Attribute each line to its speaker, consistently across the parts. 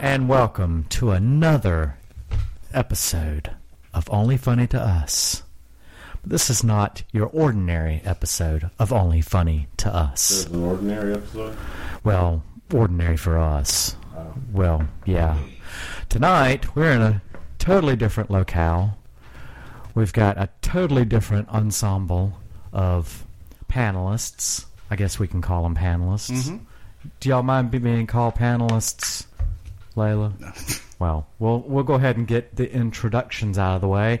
Speaker 1: and welcome to another episode of Only Funny to Us. This is not your ordinary episode of Only Funny to
Speaker 2: There's
Speaker 1: Us.
Speaker 2: an ordinary episode.
Speaker 1: Well, ordinary for us. Well, yeah. Tonight, we're in a totally different locale. We've got a totally different ensemble of panelists. I guess we can call them panelists. Do y'all mind be- being called panelists, Layla? Well, we'll we'll go ahead and get the introductions out of the way.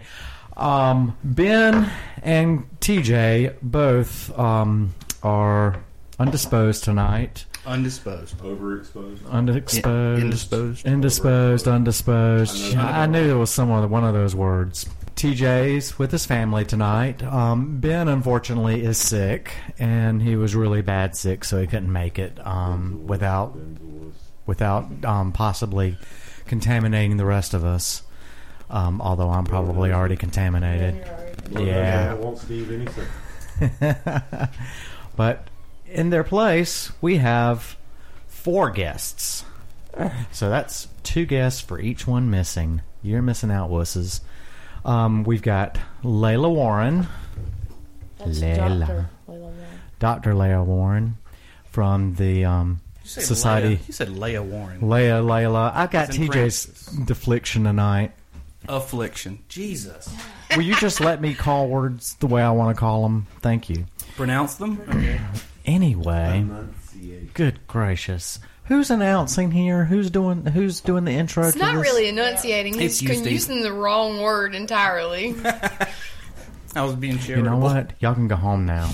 Speaker 1: Um, ben and TJ both um, are undisposed tonight.
Speaker 3: Undisposed.
Speaker 2: Overexposed.
Speaker 1: Undisposed.
Speaker 3: indisposed.
Speaker 1: Indisposed. Undisposed.
Speaker 2: I know that.
Speaker 1: I, I knew there was some other, one of those words. TJ's with his family tonight. Um, ben, unfortunately, is sick, and he was really bad sick, so he couldn't make it um, without without um, possibly contaminating the rest of us. Um, although I'm probably already contaminated. Yeah.
Speaker 2: I won't Steve any second.
Speaker 1: but in their place, we have four guests. So that's two guests for each one missing. You're missing out, wusses. Um, we've got Layla Warren,
Speaker 4: That's
Speaker 1: Layla.
Speaker 4: Dr. Layla Warren.
Speaker 1: Dr. Layla Warren from the um, Society.
Speaker 3: Leia. You said Leia Warren.
Speaker 1: Leia, Layla. I got
Speaker 3: It's in
Speaker 1: TJ's
Speaker 3: parentheses.
Speaker 1: deflection tonight.
Speaker 3: Affliction. Jesus.
Speaker 1: Will you just let me call words the way I want to call them? Thank you.
Speaker 3: Pronounce them. Okay.
Speaker 1: Anyway, good gracious, who's announcing here? Who's doing? Who's doing the intro?
Speaker 5: It's
Speaker 1: to
Speaker 5: not
Speaker 1: this?
Speaker 5: really enunciating.
Speaker 3: It's
Speaker 5: He's con-
Speaker 3: used
Speaker 5: using,
Speaker 3: to-
Speaker 5: the wrong word entirely.
Speaker 3: I was being
Speaker 1: You
Speaker 3: charitable.
Speaker 1: know what? Y'all can go home now.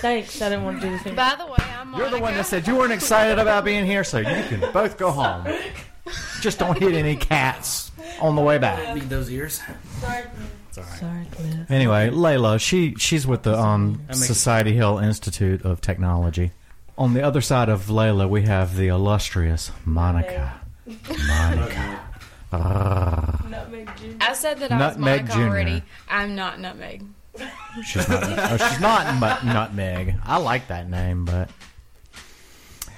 Speaker 4: Thanks. I didn't want to do anything.
Speaker 5: By the way, I'm
Speaker 1: You're the one that
Speaker 5: Monica.
Speaker 1: said you weren't excited about being here, so you can both go home. Just don't hit any cats on the way back.
Speaker 3: Need those ears.
Speaker 4: Sorry, Cliff.
Speaker 1: Anyway, Layla, she she's with the um,
Speaker 3: makes it-
Speaker 1: Society Hill Institute of Technology. On the other side of Layla, we have the illustrious Monica. Monica. Ah,
Speaker 5: I said that I was
Speaker 1: Nutmeg
Speaker 5: Monica
Speaker 1: Junior.
Speaker 5: already. I'm not Nutmeg.
Speaker 1: she's not. oh, she's not but nutmeg. I like that name, but.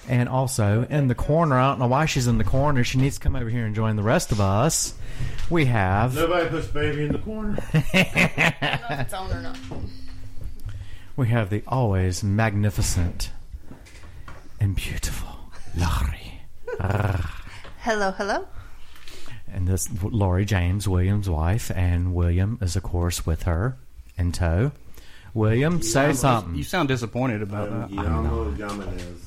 Speaker 1: And also in the corner, I don't know why she's in the corner. She needs to come over here and join the rest of us. We have
Speaker 2: Nobody puts baby in the corner.
Speaker 5: I don't know if it's on or not.
Speaker 1: We have the always magnificent and beautiful Laurie.
Speaker 6: Hello, hello.
Speaker 1: And this Laurie James, William's wife, and William is, of course, with her in tow. William, say something.
Speaker 3: You sound disappointed
Speaker 2: Um,
Speaker 3: about that.
Speaker 2: Guillermo Gaminez.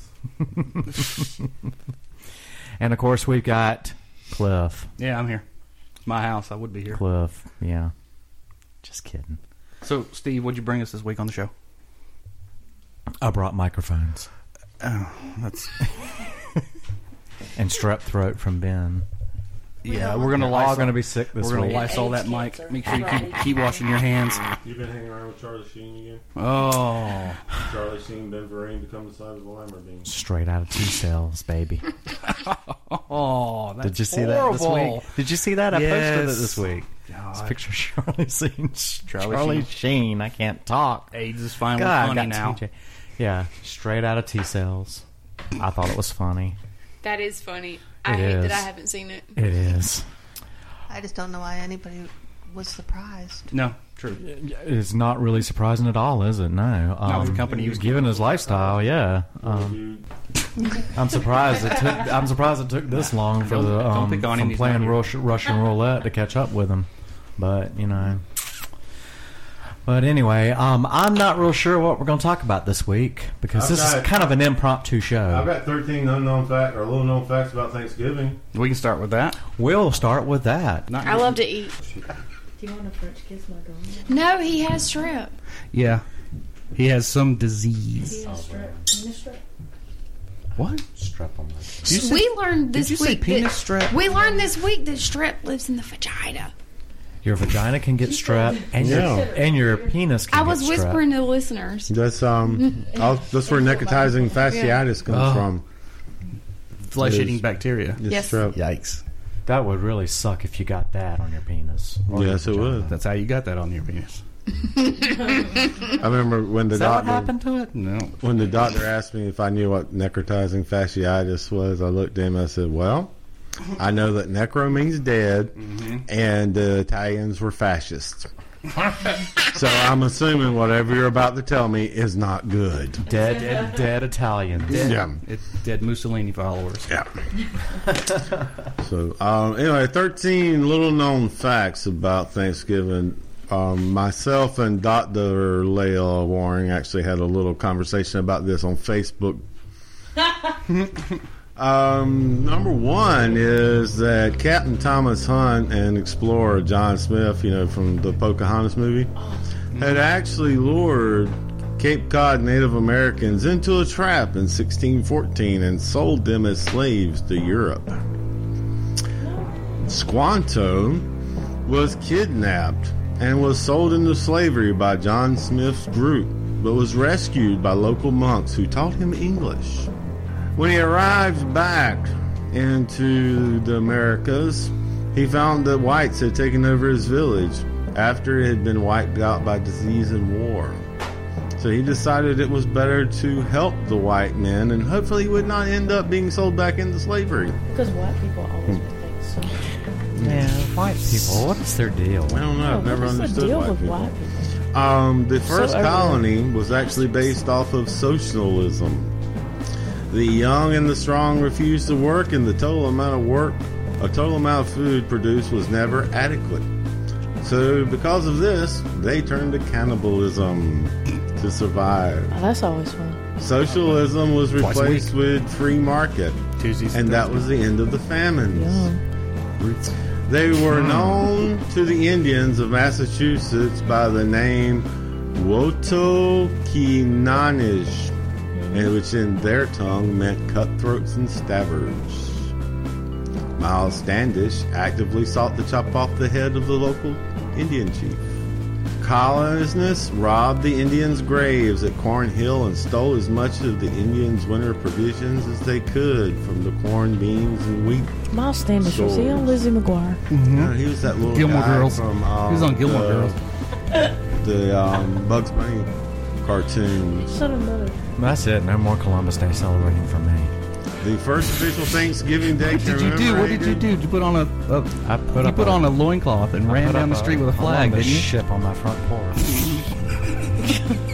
Speaker 1: and, of course, we've got Cliff.
Speaker 3: Yeah, I'm here. It's my house. I would be here.
Speaker 1: Cliff, yeah. Just kidding.
Speaker 3: So, Steve, what'd you bring us this week on the show?
Speaker 1: I brought microphones
Speaker 3: Oh, that's
Speaker 1: and strep throat from Ben.
Speaker 3: yeah. We're gonna
Speaker 1: We're all
Speaker 3: log
Speaker 1: going to be sick this
Speaker 3: We're gonna
Speaker 1: week.
Speaker 3: lice all that mic.
Speaker 4: cancer.
Speaker 3: Make sure you keep,
Speaker 4: Right.
Speaker 3: keep washing your hands.
Speaker 2: You've been hanging around with Charlie Sheen again.
Speaker 3: Oh,
Speaker 2: Charlie Sheen, Ben Vereen to come the size of a Lamborghini.
Speaker 1: Straight out of two cells, baby.
Speaker 3: oh. That's
Speaker 1: Did you see
Speaker 3: horrible.
Speaker 1: that this week? Did you see that? I posted
Speaker 3: Yes.
Speaker 1: it this week. It's a
Speaker 3: God.
Speaker 1: picture of Charlie Sheen. Charlie,
Speaker 3: Charlie
Speaker 1: Sheen. I can't talk.
Speaker 3: AIDS is finally
Speaker 1: God, I
Speaker 3: funny
Speaker 1: got
Speaker 3: now.
Speaker 1: TJ. Yeah, straight out of T cells. I thought it was funny.
Speaker 5: That is funny. I
Speaker 1: It
Speaker 5: hate
Speaker 1: is.
Speaker 5: that I haven't seen it.
Speaker 1: It is.
Speaker 6: I just don't know why anybody was surprised.
Speaker 3: No, true.
Speaker 1: It's not really surprising at all, is it? No. Um,
Speaker 3: the company he was
Speaker 1: given his lifestyle. Yeah. Um,
Speaker 2: Dude,
Speaker 1: I'm surprised it took. I'm surprised it took this long for
Speaker 3: Don't-
Speaker 1: the
Speaker 3: don't
Speaker 1: um,
Speaker 3: pick on him,
Speaker 1: from
Speaker 3: he's not
Speaker 1: playing
Speaker 3: here.
Speaker 1: Rush, Russian roulette to catch up with him. But you know. But anyway, um, I'm not real sure what we're going to talk about this week because
Speaker 2: I've
Speaker 1: this is
Speaker 2: got-
Speaker 1: kind of an impromptu show.
Speaker 2: I've got 13 unknown facts or little known facts about Thanksgiving.
Speaker 3: We can start with that.
Speaker 1: We'll start with that.
Speaker 3: Not
Speaker 5: I love to eat.
Speaker 4: Do you want a French kiss, my girl?
Speaker 5: No, he has shrimp.
Speaker 3: Yeah. He has some disease.
Speaker 4: Penis strip. Penis strip.
Speaker 3: What? You said-
Speaker 5: we learned this
Speaker 3: you say
Speaker 5: week.
Speaker 3: penis
Speaker 5: that,
Speaker 3: strap?
Speaker 5: We learned this week that strep lives in the vagina.
Speaker 1: Your vagina can get strep, and your
Speaker 2: Yeah.
Speaker 1: and your penis can
Speaker 5: I
Speaker 1: get
Speaker 5: was
Speaker 1: strep.
Speaker 5: whispering to the listeners.
Speaker 2: That's um, that's where necrotizing fasciitis comes
Speaker 1: Oh.
Speaker 2: from.
Speaker 3: Flesh eating bacteria.
Speaker 6: Yes. strep.
Speaker 3: Yikes.
Speaker 1: That would really suck if you got that on your penis. or
Speaker 2: Yes,
Speaker 1: your
Speaker 2: it
Speaker 1: vagina.
Speaker 2: would.
Speaker 3: That's how you got that on your penis.
Speaker 2: I remember when the
Speaker 1: Is that what happened to it?
Speaker 3: No.
Speaker 2: When the doctor asked me if I knew what necrotizing fasciitis was, I looked at him. I said, "Well, I know that necro means dead, and the Italians were fascists. so I'm assuming whatever you're about to tell me is not good.
Speaker 1: Dead, dead, dead Italians.
Speaker 3: Dead,
Speaker 2: Yeah.
Speaker 3: it, dead Mussolini followers.
Speaker 2: Yeah. so um, anyway, thirteen little known facts about Thanksgiving. Um, myself and Dr. Leila Waring actually had a little conversation about this on Facebook. um, number one is that Captain Thomas Hunt and explorer John Smith, you know, from the Pocahontas movie, had actually lured Cape Cod Native Americans into a trap in 1614 and sold them as slaves to Europe. Squanto was kidnapped and was sold into slavery by John Smith's group, but was rescued by local monks who taught him English. When he arrived back into the Americas, he found that whites had taken over his village after it had been wiped out by disease and war. So he decided it was better to help the white men and hopefully he would not end up being sold back into slavery.
Speaker 4: Because white people always make things so.
Speaker 1: Yeah, white people. What is their deal?
Speaker 2: I don't know, I've
Speaker 4: Oh, What
Speaker 2: never
Speaker 4: is the
Speaker 2: understood
Speaker 4: deal
Speaker 2: white
Speaker 4: with
Speaker 2: people.
Speaker 4: white people?
Speaker 2: Um, the first
Speaker 4: everywhere.
Speaker 2: colony was actually based off of socialism. The young and the strong refused to work, and the total amount of work, a total amount of food produced was never adequate. So, because of this, they turned to cannibalism to survive.
Speaker 4: Oh, that's always fun.
Speaker 2: Socialism was
Speaker 3: Twice a week.
Speaker 2: replaced with free market,
Speaker 3: Tuesdays
Speaker 2: and that was the end of the famines. They were known to the Indians of Massachusetts by the name Wotokinanish, and which in their tongue meant cutthroats and stabbers. Miles Standish actively sought to chop off the head of the local Indian chief. Colonists robbed the Indians' graves at Cornhill and stole as much of the Indians' winter provisions as they could from the corn, beans, and wheat
Speaker 4: Miles Standish, was he on Lizzie McGuire?
Speaker 2: no, he was that little
Speaker 3: Gilmore
Speaker 2: guy
Speaker 3: Girls.
Speaker 2: From, um,
Speaker 3: He was on Gilmore
Speaker 2: the,
Speaker 3: Girls.
Speaker 2: The um, Bugs Bunny cartoon.
Speaker 4: Son of mother.
Speaker 1: That's it. No more Columbus Day celebrating for me.
Speaker 2: The first official Thanksgiving Day.
Speaker 3: What did you do? What did you do? Did you put on a, a
Speaker 1: I put
Speaker 3: you
Speaker 1: up
Speaker 3: put
Speaker 1: a,
Speaker 3: on a loincloth and ran
Speaker 1: put
Speaker 3: down
Speaker 1: up
Speaker 3: the street with a flag,
Speaker 1: Columbus
Speaker 3: didn't you?
Speaker 1: ship on my front porch.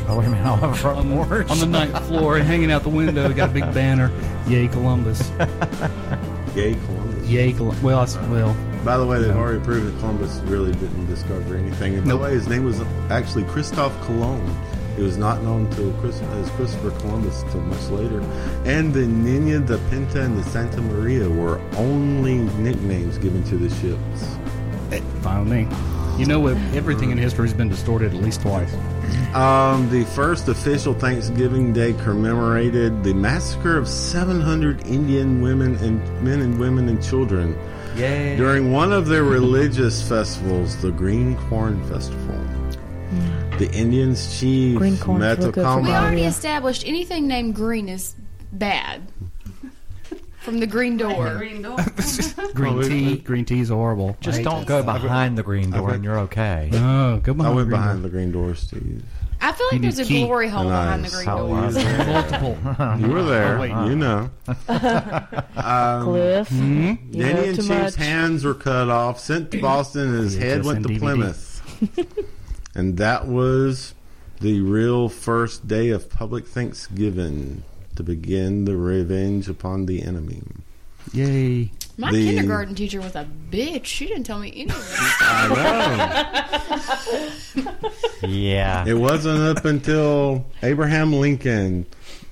Speaker 1: oh, wait a minute. On my front porch?
Speaker 3: on the ninth floor, hanging out the window, got a big banner. Yay Columbus!
Speaker 2: Gay Columbus.
Speaker 3: Yay Col- Well, it's, well,
Speaker 2: By the way, they've already proved that Columbus really didn't discover anything. And by
Speaker 3: Nope.
Speaker 2: the way, his name was actually Christoph Colon. It was not known till Chris, as Christopher Columbus till much later. And the Nina, the Pinta, and the Santa Maria were only nicknames given to the ships.
Speaker 3: fine with me. You know what? Everything in history has been distorted at least twice.
Speaker 2: Um, the first official Thanksgiving Day commemorated the massacre of 700 Indian women and men and women and children
Speaker 3: Yay!
Speaker 2: during one of their religious festivals, the Green Corn Festival. The Indians' chief
Speaker 4: Hmm. Green corn's real good for
Speaker 5: We
Speaker 2: Metacoma.
Speaker 5: already
Speaker 4: Yeah.
Speaker 5: established anything named green is bad. From the green door.
Speaker 3: green tea, green tea is horrible. I
Speaker 1: Just
Speaker 3: hate
Speaker 1: don't go behind the green door
Speaker 2: went-
Speaker 1: and you're okay.
Speaker 3: it. No, go
Speaker 2: I
Speaker 3: behind.
Speaker 2: went
Speaker 3: Oh, green
Speaker 2: behind the green door, Steve.
Speaker 5: I feel like
Speaker 3: need
Speaker 5: there's a
Speaker 3: key.
Speaker 5: glory hole
Speaker 2: And I
Speaker 5: behind the green
Speaker 2: saw
Speaker 5: door. Oh,
Speaker 1: Well,
Speaker 2: you.
Speaker 3: door. multiple.
Speaker 2: You were there.
Speaker 3: wait.
Speaker 2: you know.
Speaker 4: Cliff. You
Speaker 2: The
Speaker 4: know
Speaker 2: Indian
Speaker 4: too
Speaker 2: Um, chief's
Speaker 4: much.
Speaker 2: hands were cut off, sent to Boston, and his head
Speaker 3: VHS
Speaker 2: went
Speaker 3: and
Speaker 2: to
Speaker 3: DVD.
Speaker 2: Plymouth. and that was the real first day of public Thanksgiving to begin the revenge upon the enemy.
Speaker 3: Yay!
Speaker 5: My
Speaker 2: The-
Speaker 5: kindergarten teacher was a bitch. She didn't tell me anything.
Speaker 2: I
Speaker 1: Yeah.
Speaker 2: know. it wasn't up until Abraham Lincoln.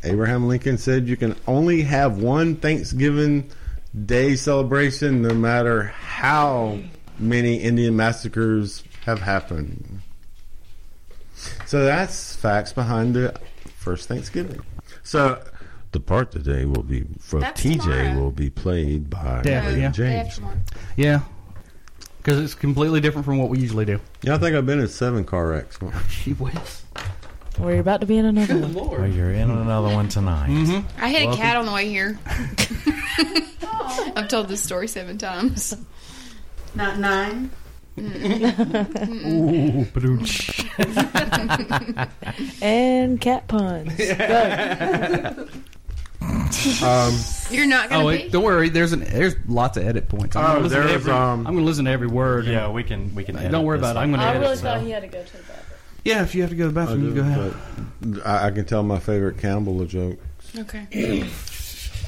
Speaker 2: Abraham Lincoln said you can only have one Thanksgiving Day celebration no matter how many Indian massacres have happened. So that's facts behind the first Thanksgiving. So the part today will be from
Speaker 5: That's
Speaker 2: TJ
Speaker 5: tomorrow.
Speaker 2: will be played by
Speaker 3: Yeah,
Speaker 2: William
Speaker 3: yeah.
Speaker 5: Day after
Speaker 2: James.
Speaker 5: tomorrow.
Speaker 3: Yeah, because it's completely different from what we usually do.
Speaker 2: Yeah, I think I've been in seven car wrecks.
Speaker 3: She whiz.
Speaker 4: We're about to be in another one.
Speaker 1: Well, you're in another one tonight.
Speaker 3: Mm-hmm.
Speaker 5: I hit a cat on the way here. I've told this story seven times.
Speaker 6: Not nine.
Speaker 4: And cat puns. Go.
Speaker 5: You're not
Speaker 3: Oh,
Speaker 5: gonna be.
Speaker 3: wait, don't worry. There's an there's lots of edit points. I'm
Speaker 2: Oh,
Speaker 3: gonna listen to
Speaker 2: there's,
Speaker 3: every-
Speaker 2: um,
Speaker 3: I'm gonna listen to every word. and-
Speaker 7: Yeah, we can we can. Edit
Speaker 3: don't worry
Speaker 7: this
Speaker 3: about it.
Speaker 7: out.
Speaker 3: I'm gonna
Speaker 4: I
Speaker 3: edit.
Speaker 4: really
Speaker 3: so-
Speaker 4: thought he had to go to the bathroom.
Speaker 3: yeah, if you have to go to the
Speaker 2: I
Speaker 3: bathroom, you
Speaker 2: do,
Speaker 3: go ahead.
Speaker 2: but I, I can tell my favorite Campbell joke.
Speaker 5: Okay.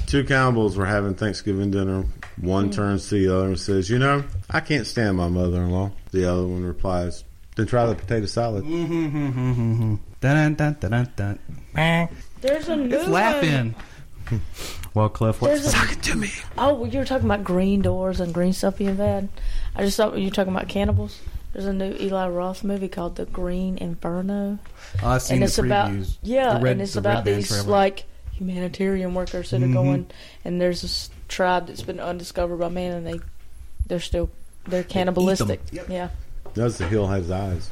Speaker 2: Two Campbells were having Thanksgiving dinner. One turns to the other and says, "You know, I can't stand my mother-in-law." The other one replies, "Then try the potato salad."
Speaker 3: Dun, dun, dun, dun, dun.
Speaker 4: There's a new
Speaker 3: It's laughing.
Speaker 7: Well, Cliff,
Speaker 4: One.
Speaker 7: what's
Speaker 4: There's a,
Speaker 3: Talking to me.
Speaker 4: oh, well, you were talking about green doors and green stuff being bad. I just thought you were talking about cannibals. There's a new Eli Roth movie called The Green Inferno.
Speaker 3: Oh, I've seen
Speaker 4: and
Speaker 3: the
Speaker 4: it's
Speaker 3: previews.
Speaker 4: about yeah,
Speaker 3: The red-
Speaker 4: and it's
Speaker 3: the red Mm-hmm.
Speaker 4: about
Speaker 3: van
Speaker 4: these
Speaker 3: trailer.
Speaker 4: like humanitarian workers that are going, and there's this tribe that's been undiscovered by man, and they they're still they're cannibalistic. Yeah,
Speaker 2: That's the hill has eyes.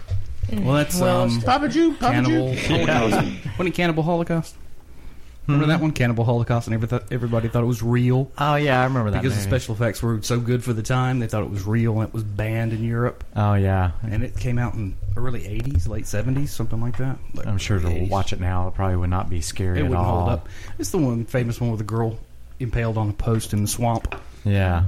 Speaker 3: Well, that's
Speaker 4: Well,
Speaker 3: um,
Speaker 4: it's-
Speaker 2: Papa Jew, Papa
Speaker 3: Cannibal
Speaker 2: Jew.
Speaker 3: Holocaust. Wasn't it Cannibal Holocaust?
Speaker 1: Hmm.
Speaker 3: Remember that one, Cannibal Holocaust, and everyth- everybody thought it was real
Speaker 1: Oh yeah, I remember that
Speaker 3: because the
Speaker 1: movie.
Speaker 3: special effects were so good for the time. They thought it was real, and it was banned in Europe,
Speaker 1: oh yeah,
Speaker 3: and it came out in early '80s, late '70s, something like that. Like
Speaker 1: I'm sure to
Speaker 3: early 80s.
Speaker 1: watch it now, it probably would not be scary
Speaker 3: It
Speaker 1: at
Speaker 3: wouldn't
Speaker 1: all.
Speaker 3: hold up. It's the one famous one with the girl impaled on a post in the swamp.
Speaker 1: Yeah.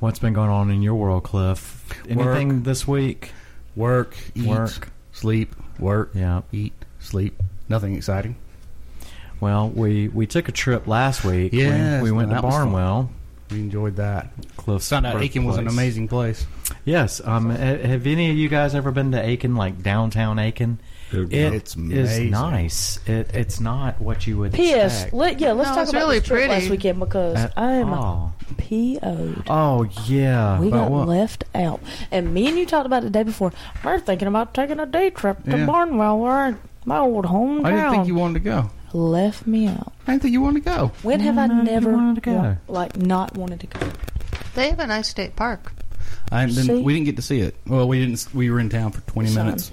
Speaker 1: What's been going on in your world, Cliff? Anything
Speaker 3: Work.
Speaker 1: this week?
Speaker 3: Work, eat,
Speaker 1: Work.
Speaker 3: sleep, work,
Speaker 1: Yeah.
Speaker 3: eat, sleep. Nothing exciting.
Speaker 1: Well, we we took a trip last week. We-
Speaker 3: Yes,
Speaker 1: we, went
Speaker 3: no,
Speaker 1: to
Speaker 3: that was fun.
Speaker 1: Barnwell.
Speaker 3: We enjoyed that.
Speaker 1: Cliff's
Speaker 3: Found out Aiken was an
Speaker 1: birthplace.
Speaker 3: amazing place.
Speaker 1: Yes. Um. ha- Have any of you guys ever been to Aiken, like downtown Aiken? It
Speaker 3: It's
Speaker 1: is
Speaker 3: amazing.
Speaker 1: nice. It it's not what you would
Speaker 4: P.S.
Speaker 1: expect.
Speaker 4: Let, yeah, let's
Speaker 6: No,
Speaker 4: talk
Speaker 6: it's
Speaker 4: about
Speaker 6: really
Speaker 4: this trip
Speaker 6: pretty.
Speaker 4: last weekend because
Speaker 1: At
Speaker 4: I am
Speaker 1: all.
Speaker 4: PO'd.
Speaker 1: Oh yeah.
Speaker 4: We
Speaker 1: but
Speaker 4: got
Speaker 1: what-
Speaker 4: left out, and me and you talked about it the day before. We're thinking about taking a day trip to
Speaker 3: Yeah.
Speaker 4: Barnwell, where my old hometown.
Speaker 3: I didn't think you wanted to go.
Speaker 4: left me out.
Speaker 3: I didn't think you wanted to go.
Speaker 4: When have I
Speaker 1: No, you
Speaker 4: never
Speaker 1: wanted to go.
Speaker 4: wa- like not wanted to go?
Speaker 6: They have a nice state park.
Speaker 3: I didn't,
Speaker 4: See?
Speaker 3: we didn't get to see it. Well, we didn't. We were in town for twenty
Speaker 4: Son.
Speaker 3: minutes.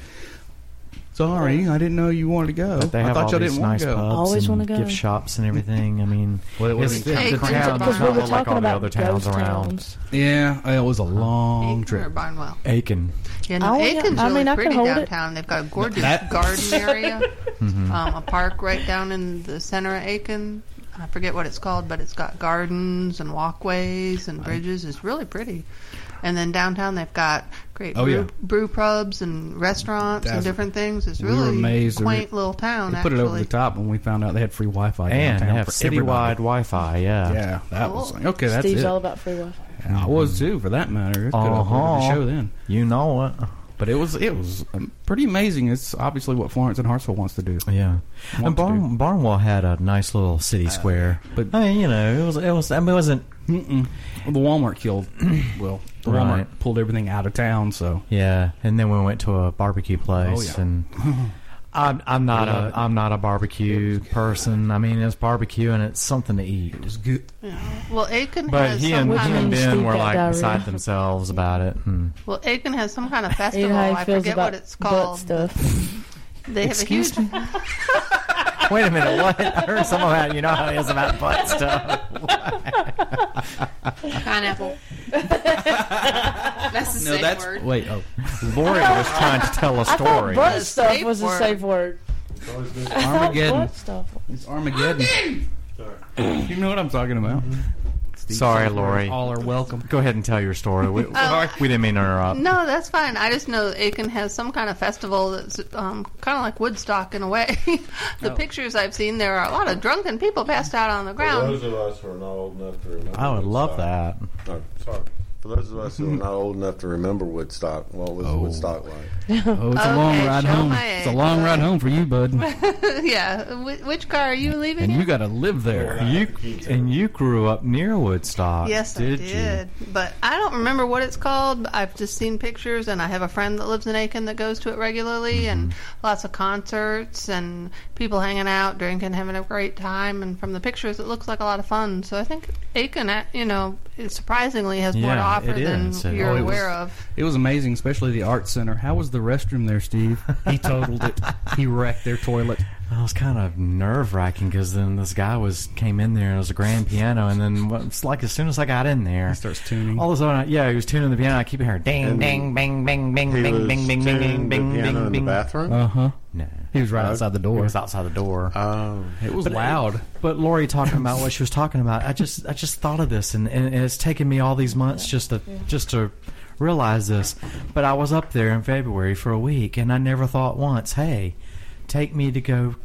Speaker 3: Sorry, I didn't know you wanted to go.
Speaker 1: They
Speaker 3: I
Speaker 1: have
Speaker 3: thought
Speaker 1: all
Speaker 3: y'all
Speaker 1: these
Speaker 3: didn't
Speaker 1: nice
Speaker 3: want to go.
Speaker 1: pubs
Speaker 4: Always
Speaker 1: and
Speaker 4: wanna go.
Speaker 1: gift shops and everything. I mean,
Speaker 3: Well, it
Speaker 1: it's,
Speaker 3: was
Speaker 1: the, the
Speaker 6: Aiken.
Speaker 1: town
Speaker 6: Because
Speaker 1: is
Speaker 4: Because
Speaker 1: not
Speaker 4: we were
Speaker 6: Barnwell,
Speaker 1: like
Speaker 4: talking
Speaker 1: all the
Speaker 4: about
Speaker 1: other towns
Speaker 4: ghost
Speaker 1: around.
Speaker 4: towns.
Speaker 3: yeah, it was a long
Speaker 6: Aiken or
Speaker 3: trip.
Speaker 6: Barnwell.
Speaker 1: Aiken.
Speaker 6: Yeah, no,
Speaker 4: Oh, yeah.
Speaker 6: Aiken's
Speaker 4: I
Speaker 6: really
Speaker 4: mean, I could
Speaker 6: pretty
Speaker 4: hold it.
Speaker 6: downtown. They've got a gorgeous
Speaker 3: That-
Speaker 6: garden area,
Speaker 3: Mm-hmm.
Speaker 6: um, a park right down in the center of Aiken. I forget what it's called, but it's got gardens and walkways and bridges. It's really pretty. And then downtown, they've got great
Speaker 3: Oh,
Speaker 6: brew,
Speaker 3: yeah.
Speaker 6: brew pubs and restaurants and
Speaker 3: That's-
Speaker 6: different things. It's
Speaker 3: we were
Speaker 6: really
Speaker 3: amazed. They were-
Speaker 6: quaint little town.
Speaker 3: They put it
Speaker 6: actually.
Speaker 3: over the top when we found out they had free Wi-Fi
Speaker 1: And
Speaker 3: downtown
Speaker 1: have
Speaker 3: for
Speaker 1: citywide
Speaker 3: everybody.
Speaker 1: Wi-Fi. Yeah.
Speaker 3: Yeah, that was like, okay. That's
Speaker 4: Steve's
Speaker 3: it.
Speaker 4: all about free Wi-Fi.
Speaker 3: I was too, for that matter. It could have
Speaker 1: Uh-huh.
Speaker 3: the show then,
Speaker 1: You know it.
Speaker 3: but it was it was um, pretty amazing. It's obviously what Florence and Hartsville wants to do.
Speaker 1: Yeah,
Speaker 3: Want
Speaker 1: and
Speaker 3: to
Speaker 1: Barn-
Speaker 3: do.
Speaker 1: Barnwell had a nice little city square,
Speaker 3: but-
Speaker 1: but Uh, I mean, you know, it was it was I mean, it wasn't.
Speaker 3: Mm-mm. Well, the Walmart killed. Well, the Walmart
Speaker 1: Right.
Speaker 3: pulled everything out of town. So
Speaker 1: Yeah, and then we went to a barbecue place,
Speaker 3: yeah.
Speaker 1: and I'm I'm not a I'm not a barbecue person. I mean, it's barbecue and it's something to eat.
Speaker 3: it was good.
Speaker 6: Well, Aiken
Speaker 1: But
Speaker 6: has
Speaker 1: he
Speaker 6: some
Speaker 1: and,
Speaker 6: kind
Speaker 1: he
Speaker 6: of
Speaker 1: and Ben
Speaker 4: Steve
Speaker 1: were
Speaker 4: got
Speaker 1: like
Speaker 4: diarrhea.
Speaker 1: beside themselves about it. and-
Speaker 6: well, Aiken has some kind of
Speaker 4: You
Speaker 6: festival.
Speaker 4: know how
Speaker 6: I
Speaker 4: he feels
Speaker 6: forget
Speaker 4: about
Speaker 6: what it's
Speaker 4: butt
Speaker 6: called. but
Speaker 4: stuff.
Speaker 6: They have
Speaker 1: Excuse
Speaker 6: a huge.
Speaker 1: Wait a minute, what? I heard some of that. You know how it is about butt stuff.
Speaker 5: Pineapple. that's the
Speaker 3: No,
Speaker 5: same
Speaker 3: that's
Speaker 5: word.
Speaker 3: wait. Oh,
Speaker 1: Lori was trying to tell a
Speaker 4: I thought
Speaker 1: story.
Speaker 4: butt stuff
Speaker 6: Safe
Speaker 4: was a
Speaker 6: word.
Speaker 4: safe word. I thought
Speaker 3: Armageddon.
Speaker 4: butt stuff.
Speaker 3: it's Armageddon. you know what I'm talking about.
Speaker 1: Sorry, Lori.
Speaker 3: All are welcome.
Speaker 1: Go ahead and tell your story. We,
Speaker 4: Oh.
Speaker 1: we didn't mean to interrupt.
Speaker 6: No, that's fine. I just know Aiken has some kind of festival that's um, kind of like Woodstock in a way. the pictures I've seen, there are a lot of drunken people passed out on the
Speaker 2: For
Speaker 6: ground.
Speaker 2: those of us who are not old enough to remember,
Speaker 1: I would love
Speaker 2: Woodstock-
Speaker 1: that.
Speaker 2: Oh, sorry. For those of us who are not old enough to remember Woodstock, what was Woodstock like?
Speaker 3: Oh, it's a long
Speaker 6: Okay,
Speaker 3: ride
Speaker 6: show
Speaker 3: home.
Speaker 6: my
Speaker 3: It's a
Speaker 6: age.
Speaker 3: long ride home for you, bud.
Speaker 6: yeah. Wh- which car are you leaving?
Speaker 3: and
Speaker 6: in?
Speaker 3: you got to live there.
Speaker 1: You and you grew up near Woodstock.
Speaker 6: yes,
Speaker 1: did
Speaker 6: I
Speaker 1: you?
Speaker 6: did. But I don't remember what it's called. but I've just seen pictures, and I have a friend that lives in Aiken that goes to it regularly, and
Speaker 1: Mm-hmm.
Speaker 6: lots of concerts and people hanging out, drinking, having a great time. And from the pictures, it looks like a lot of fun. So I think Aiken, uh, you know, it surprisingly has more to
Speaker 1: Yeah,
Speaker 6: offer
Speaker 1: it
Speaker 6: than
Speaker 1: is. It-
Speaker 6: you're
Speaker 1: oh, it
Speaker 3: was-
Speaker 6: aware of.
Speaker 3: It was amazing, especially the art center. How was the restroom there, Steve? He totaled it. He wrecked their toilet.
Speaker 1: I was kind of nerve wracking because then this guy was came in there. and It was a grand piano, and then what- it's like as soon as I got in there, he
Speaker 3: starts tuning.
Speaker 1: All of a sudden, I- yeah, he was tuning the piano. I keep hearing ding,
Speaker 2: And
Speaker 1: ding, bing, bing, bing,
Speaker 2: He
Speaker 1: bing,
Speaker 2: was
Speaker 1: bing, bing, bing,
Speaker 2: tuning
Speaker 1: bing,
Speaker 2: the
Speaker 1: bing,
Speaker 2: piano
Speaker 1: bing,
Speaker 2: in the
Speaker 1: bing.
Speaker 2: bathroom.
Speaker 3: Uh huh.
Speaker 1: No,
Speaker 3: He was right outside the
Speaker 7: It
Speaker 3: door.
Speaker 7: was outside the door.
Speaker 2: Oh,
Speaker 3: It was loud.
Speaker 1: But Lori talking about what she was talking about, I just I just thought of this, and, and it's taken me all these months just to just to realize this. But I was up there in February for a week, and I never thought once, hey, take me to go.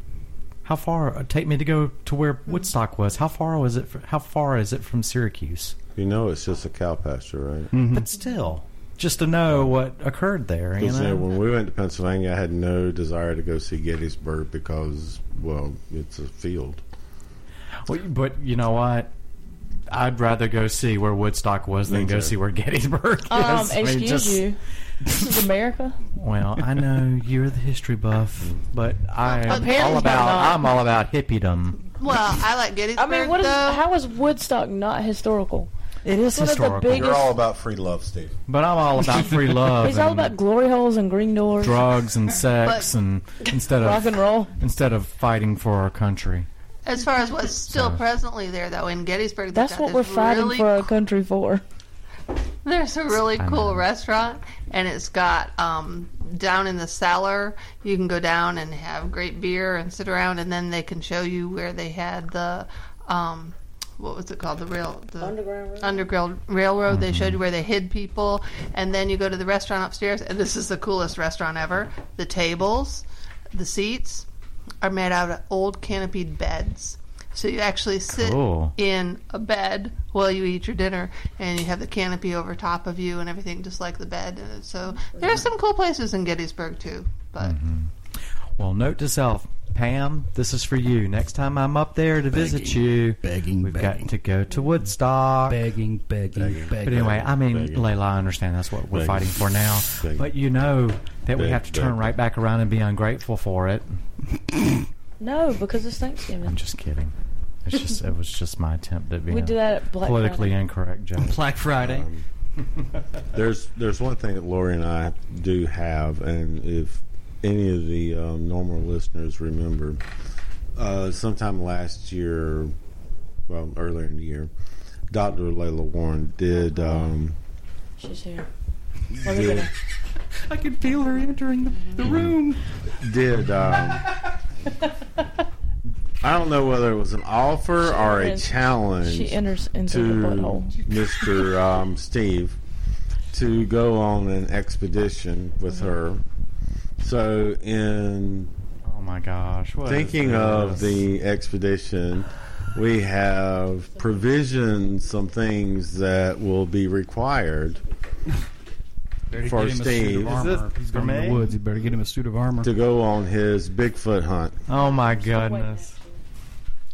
Speaker 1: How far? Take me to go to where
Speaker 4: Mm-hmm.
Speaker 1: Woodstock was. How far was it? fr how far is it from Syracuse?
Speaker 2: you know it's just a cow pasture, right?
Speaker 3: Mm-hmm.
Speaker 1: But still, just to know what occurred there, you
Speaker 2: Because uh,
Speaker 1: know.
Speaker 2: when we went to Pennsylvania, I had no desire to go see Gettysburg because, well, it's a field.
Speaker 1: Well, but you know what? I'd rather go see where Woodstock was than
Speaker 2: Me
Speaker 1: go
Speaker 2: too.
Speaker 1: see where Gettysburg is.
Speaker 4: Um,
Speaker 1: I mean,
Speaker 4: excuse
Speaker 1: just-
Speaker 4: you. This is America.
Speaker 1: Well, I know you're the history buff, but I'm
Speaker 4: Apparently
Speaker 1: all about
Speaker 4: not.
Speaker 1: I'm all about hippiedom.
Speaker 6: Well, I like Gettysburg.
Speaker 4: I mean, what is
Speaker 6: though.
Speaker 4: how is Woodstock not historical?
Speaker 1: It is
Speaker 4: One of the
Speaker 1: historical,
Speaker 4: big- You're all
Speaker 2: about free love, Steve.
Speaker 1: but I'm all about free love.
Speaker 4: It's all
Speaker 1: and
Speaker 4: about glory holes and green doors,
Speaker 1: drugs and sex, and instead
Speaker 4: rock
Speaker 1: of
Speaker 4: and roll.
Speaker 1: instead of fighting for our country.
Speaker 6: As far as what's still
Speaker 1: So-
Speaker 6: presently there, though, in Gettysburg, they've
Speaker 4: That's
Speaker 6: got
Speaker 4: what we're
Speaker 6: this
Speaker 4: fighting
Speaker 6: really
Speaker 4: for our country for.
Speaker 6: There's a really
Speaker 1: I know.
Speaker 6: cool restaurant, and it's got um, down in the cellar. You can go down and have great beer and sit around, and then they can show you where they had the um, what was it called? The rail, the underground railroad. railroad. They showed you where they hid people, and then you go to the restaurant upstairs, and this is the coolest restaurant ever. The tables, the seats are made out of old canopied beds. So you actually sit
Speaker 1: Cool.
Speaker 6: in a bed while you eat your dinner, and you have the canopy over top of you and everything, just like the bed. And so there are some cool places in Gettysburg too. But
Speaker 1: Well, note to self, Pam, this is for you. Next time I'm up there to visit
Speaker 3: Begging,
Speaker 1: you,
Speaker 3: begging,
Speaker 1: we've
Speaker 3: begging.
Speaker 1: got to go to Woodstock.
Speaker 3: Begging, begging, begging.
Speaker 1: But anyway, I mean,
Speaker 2: Begging.
Speaker 1: Layla, I understand that's what we're
Speaker 2: Begging.
Speaker 1: fighting for now.
Speaker 2: Begging.
Speaker 1: But you know that we
Speaker 2: Beg-
Speaker 1: have to turn
Speaker 2: beg.
Speaker 1: right back around and be ungrateful for it.
Speaker 4: No, because it's
Speaker 1: I'm
Speaker 4: Thanksgiving.
Speaker 1: just kidding. It's just it was just my attempt at being
Speaker 4: We do that at Black
Speaker 1: politically
Speaker 4: Friday.
Speaker 1: incorrect joke.
Speaker 3: Black Friday.
Speaker 2: There's there's one thing that Lori and I do have, and if any of the um, normal listeners remember, uh, sometime last year, well, earlier in the year, Dr. Layla Warren did. Um,
Speaker 4: She's here.
Speaker 2: did
Speaker 3: I can feel her entering the, the room.
Speaker 2: did um, I don't know whether it was an offer or a
Speaker 4: enters-
Speaker 2: challenge
Speaker 4: She enters into
Speaker 2: to
Speaker 4: the
Speaker 3: oh.
Speaker 4: butthole.
Speaker 2: Mr. Um, Steve to go on an expedition with her. So in
Speaker 1: Oh my gosh! what is
Speaker 2: thinking of
Speaker 1: this?
Speaker 2: the expedition, we have provisioned some things that will be required For Steve. Is
Speaker 7: this
Speaker 3: He's going
Speaker 7: for
Speaker 3: in
Speaker 7: me?
Speaker 3: the woods. You better get him a suit of armor.
Speaker 2: to go on his Bigfoot hunt.
Speaker 1: oh my goodness.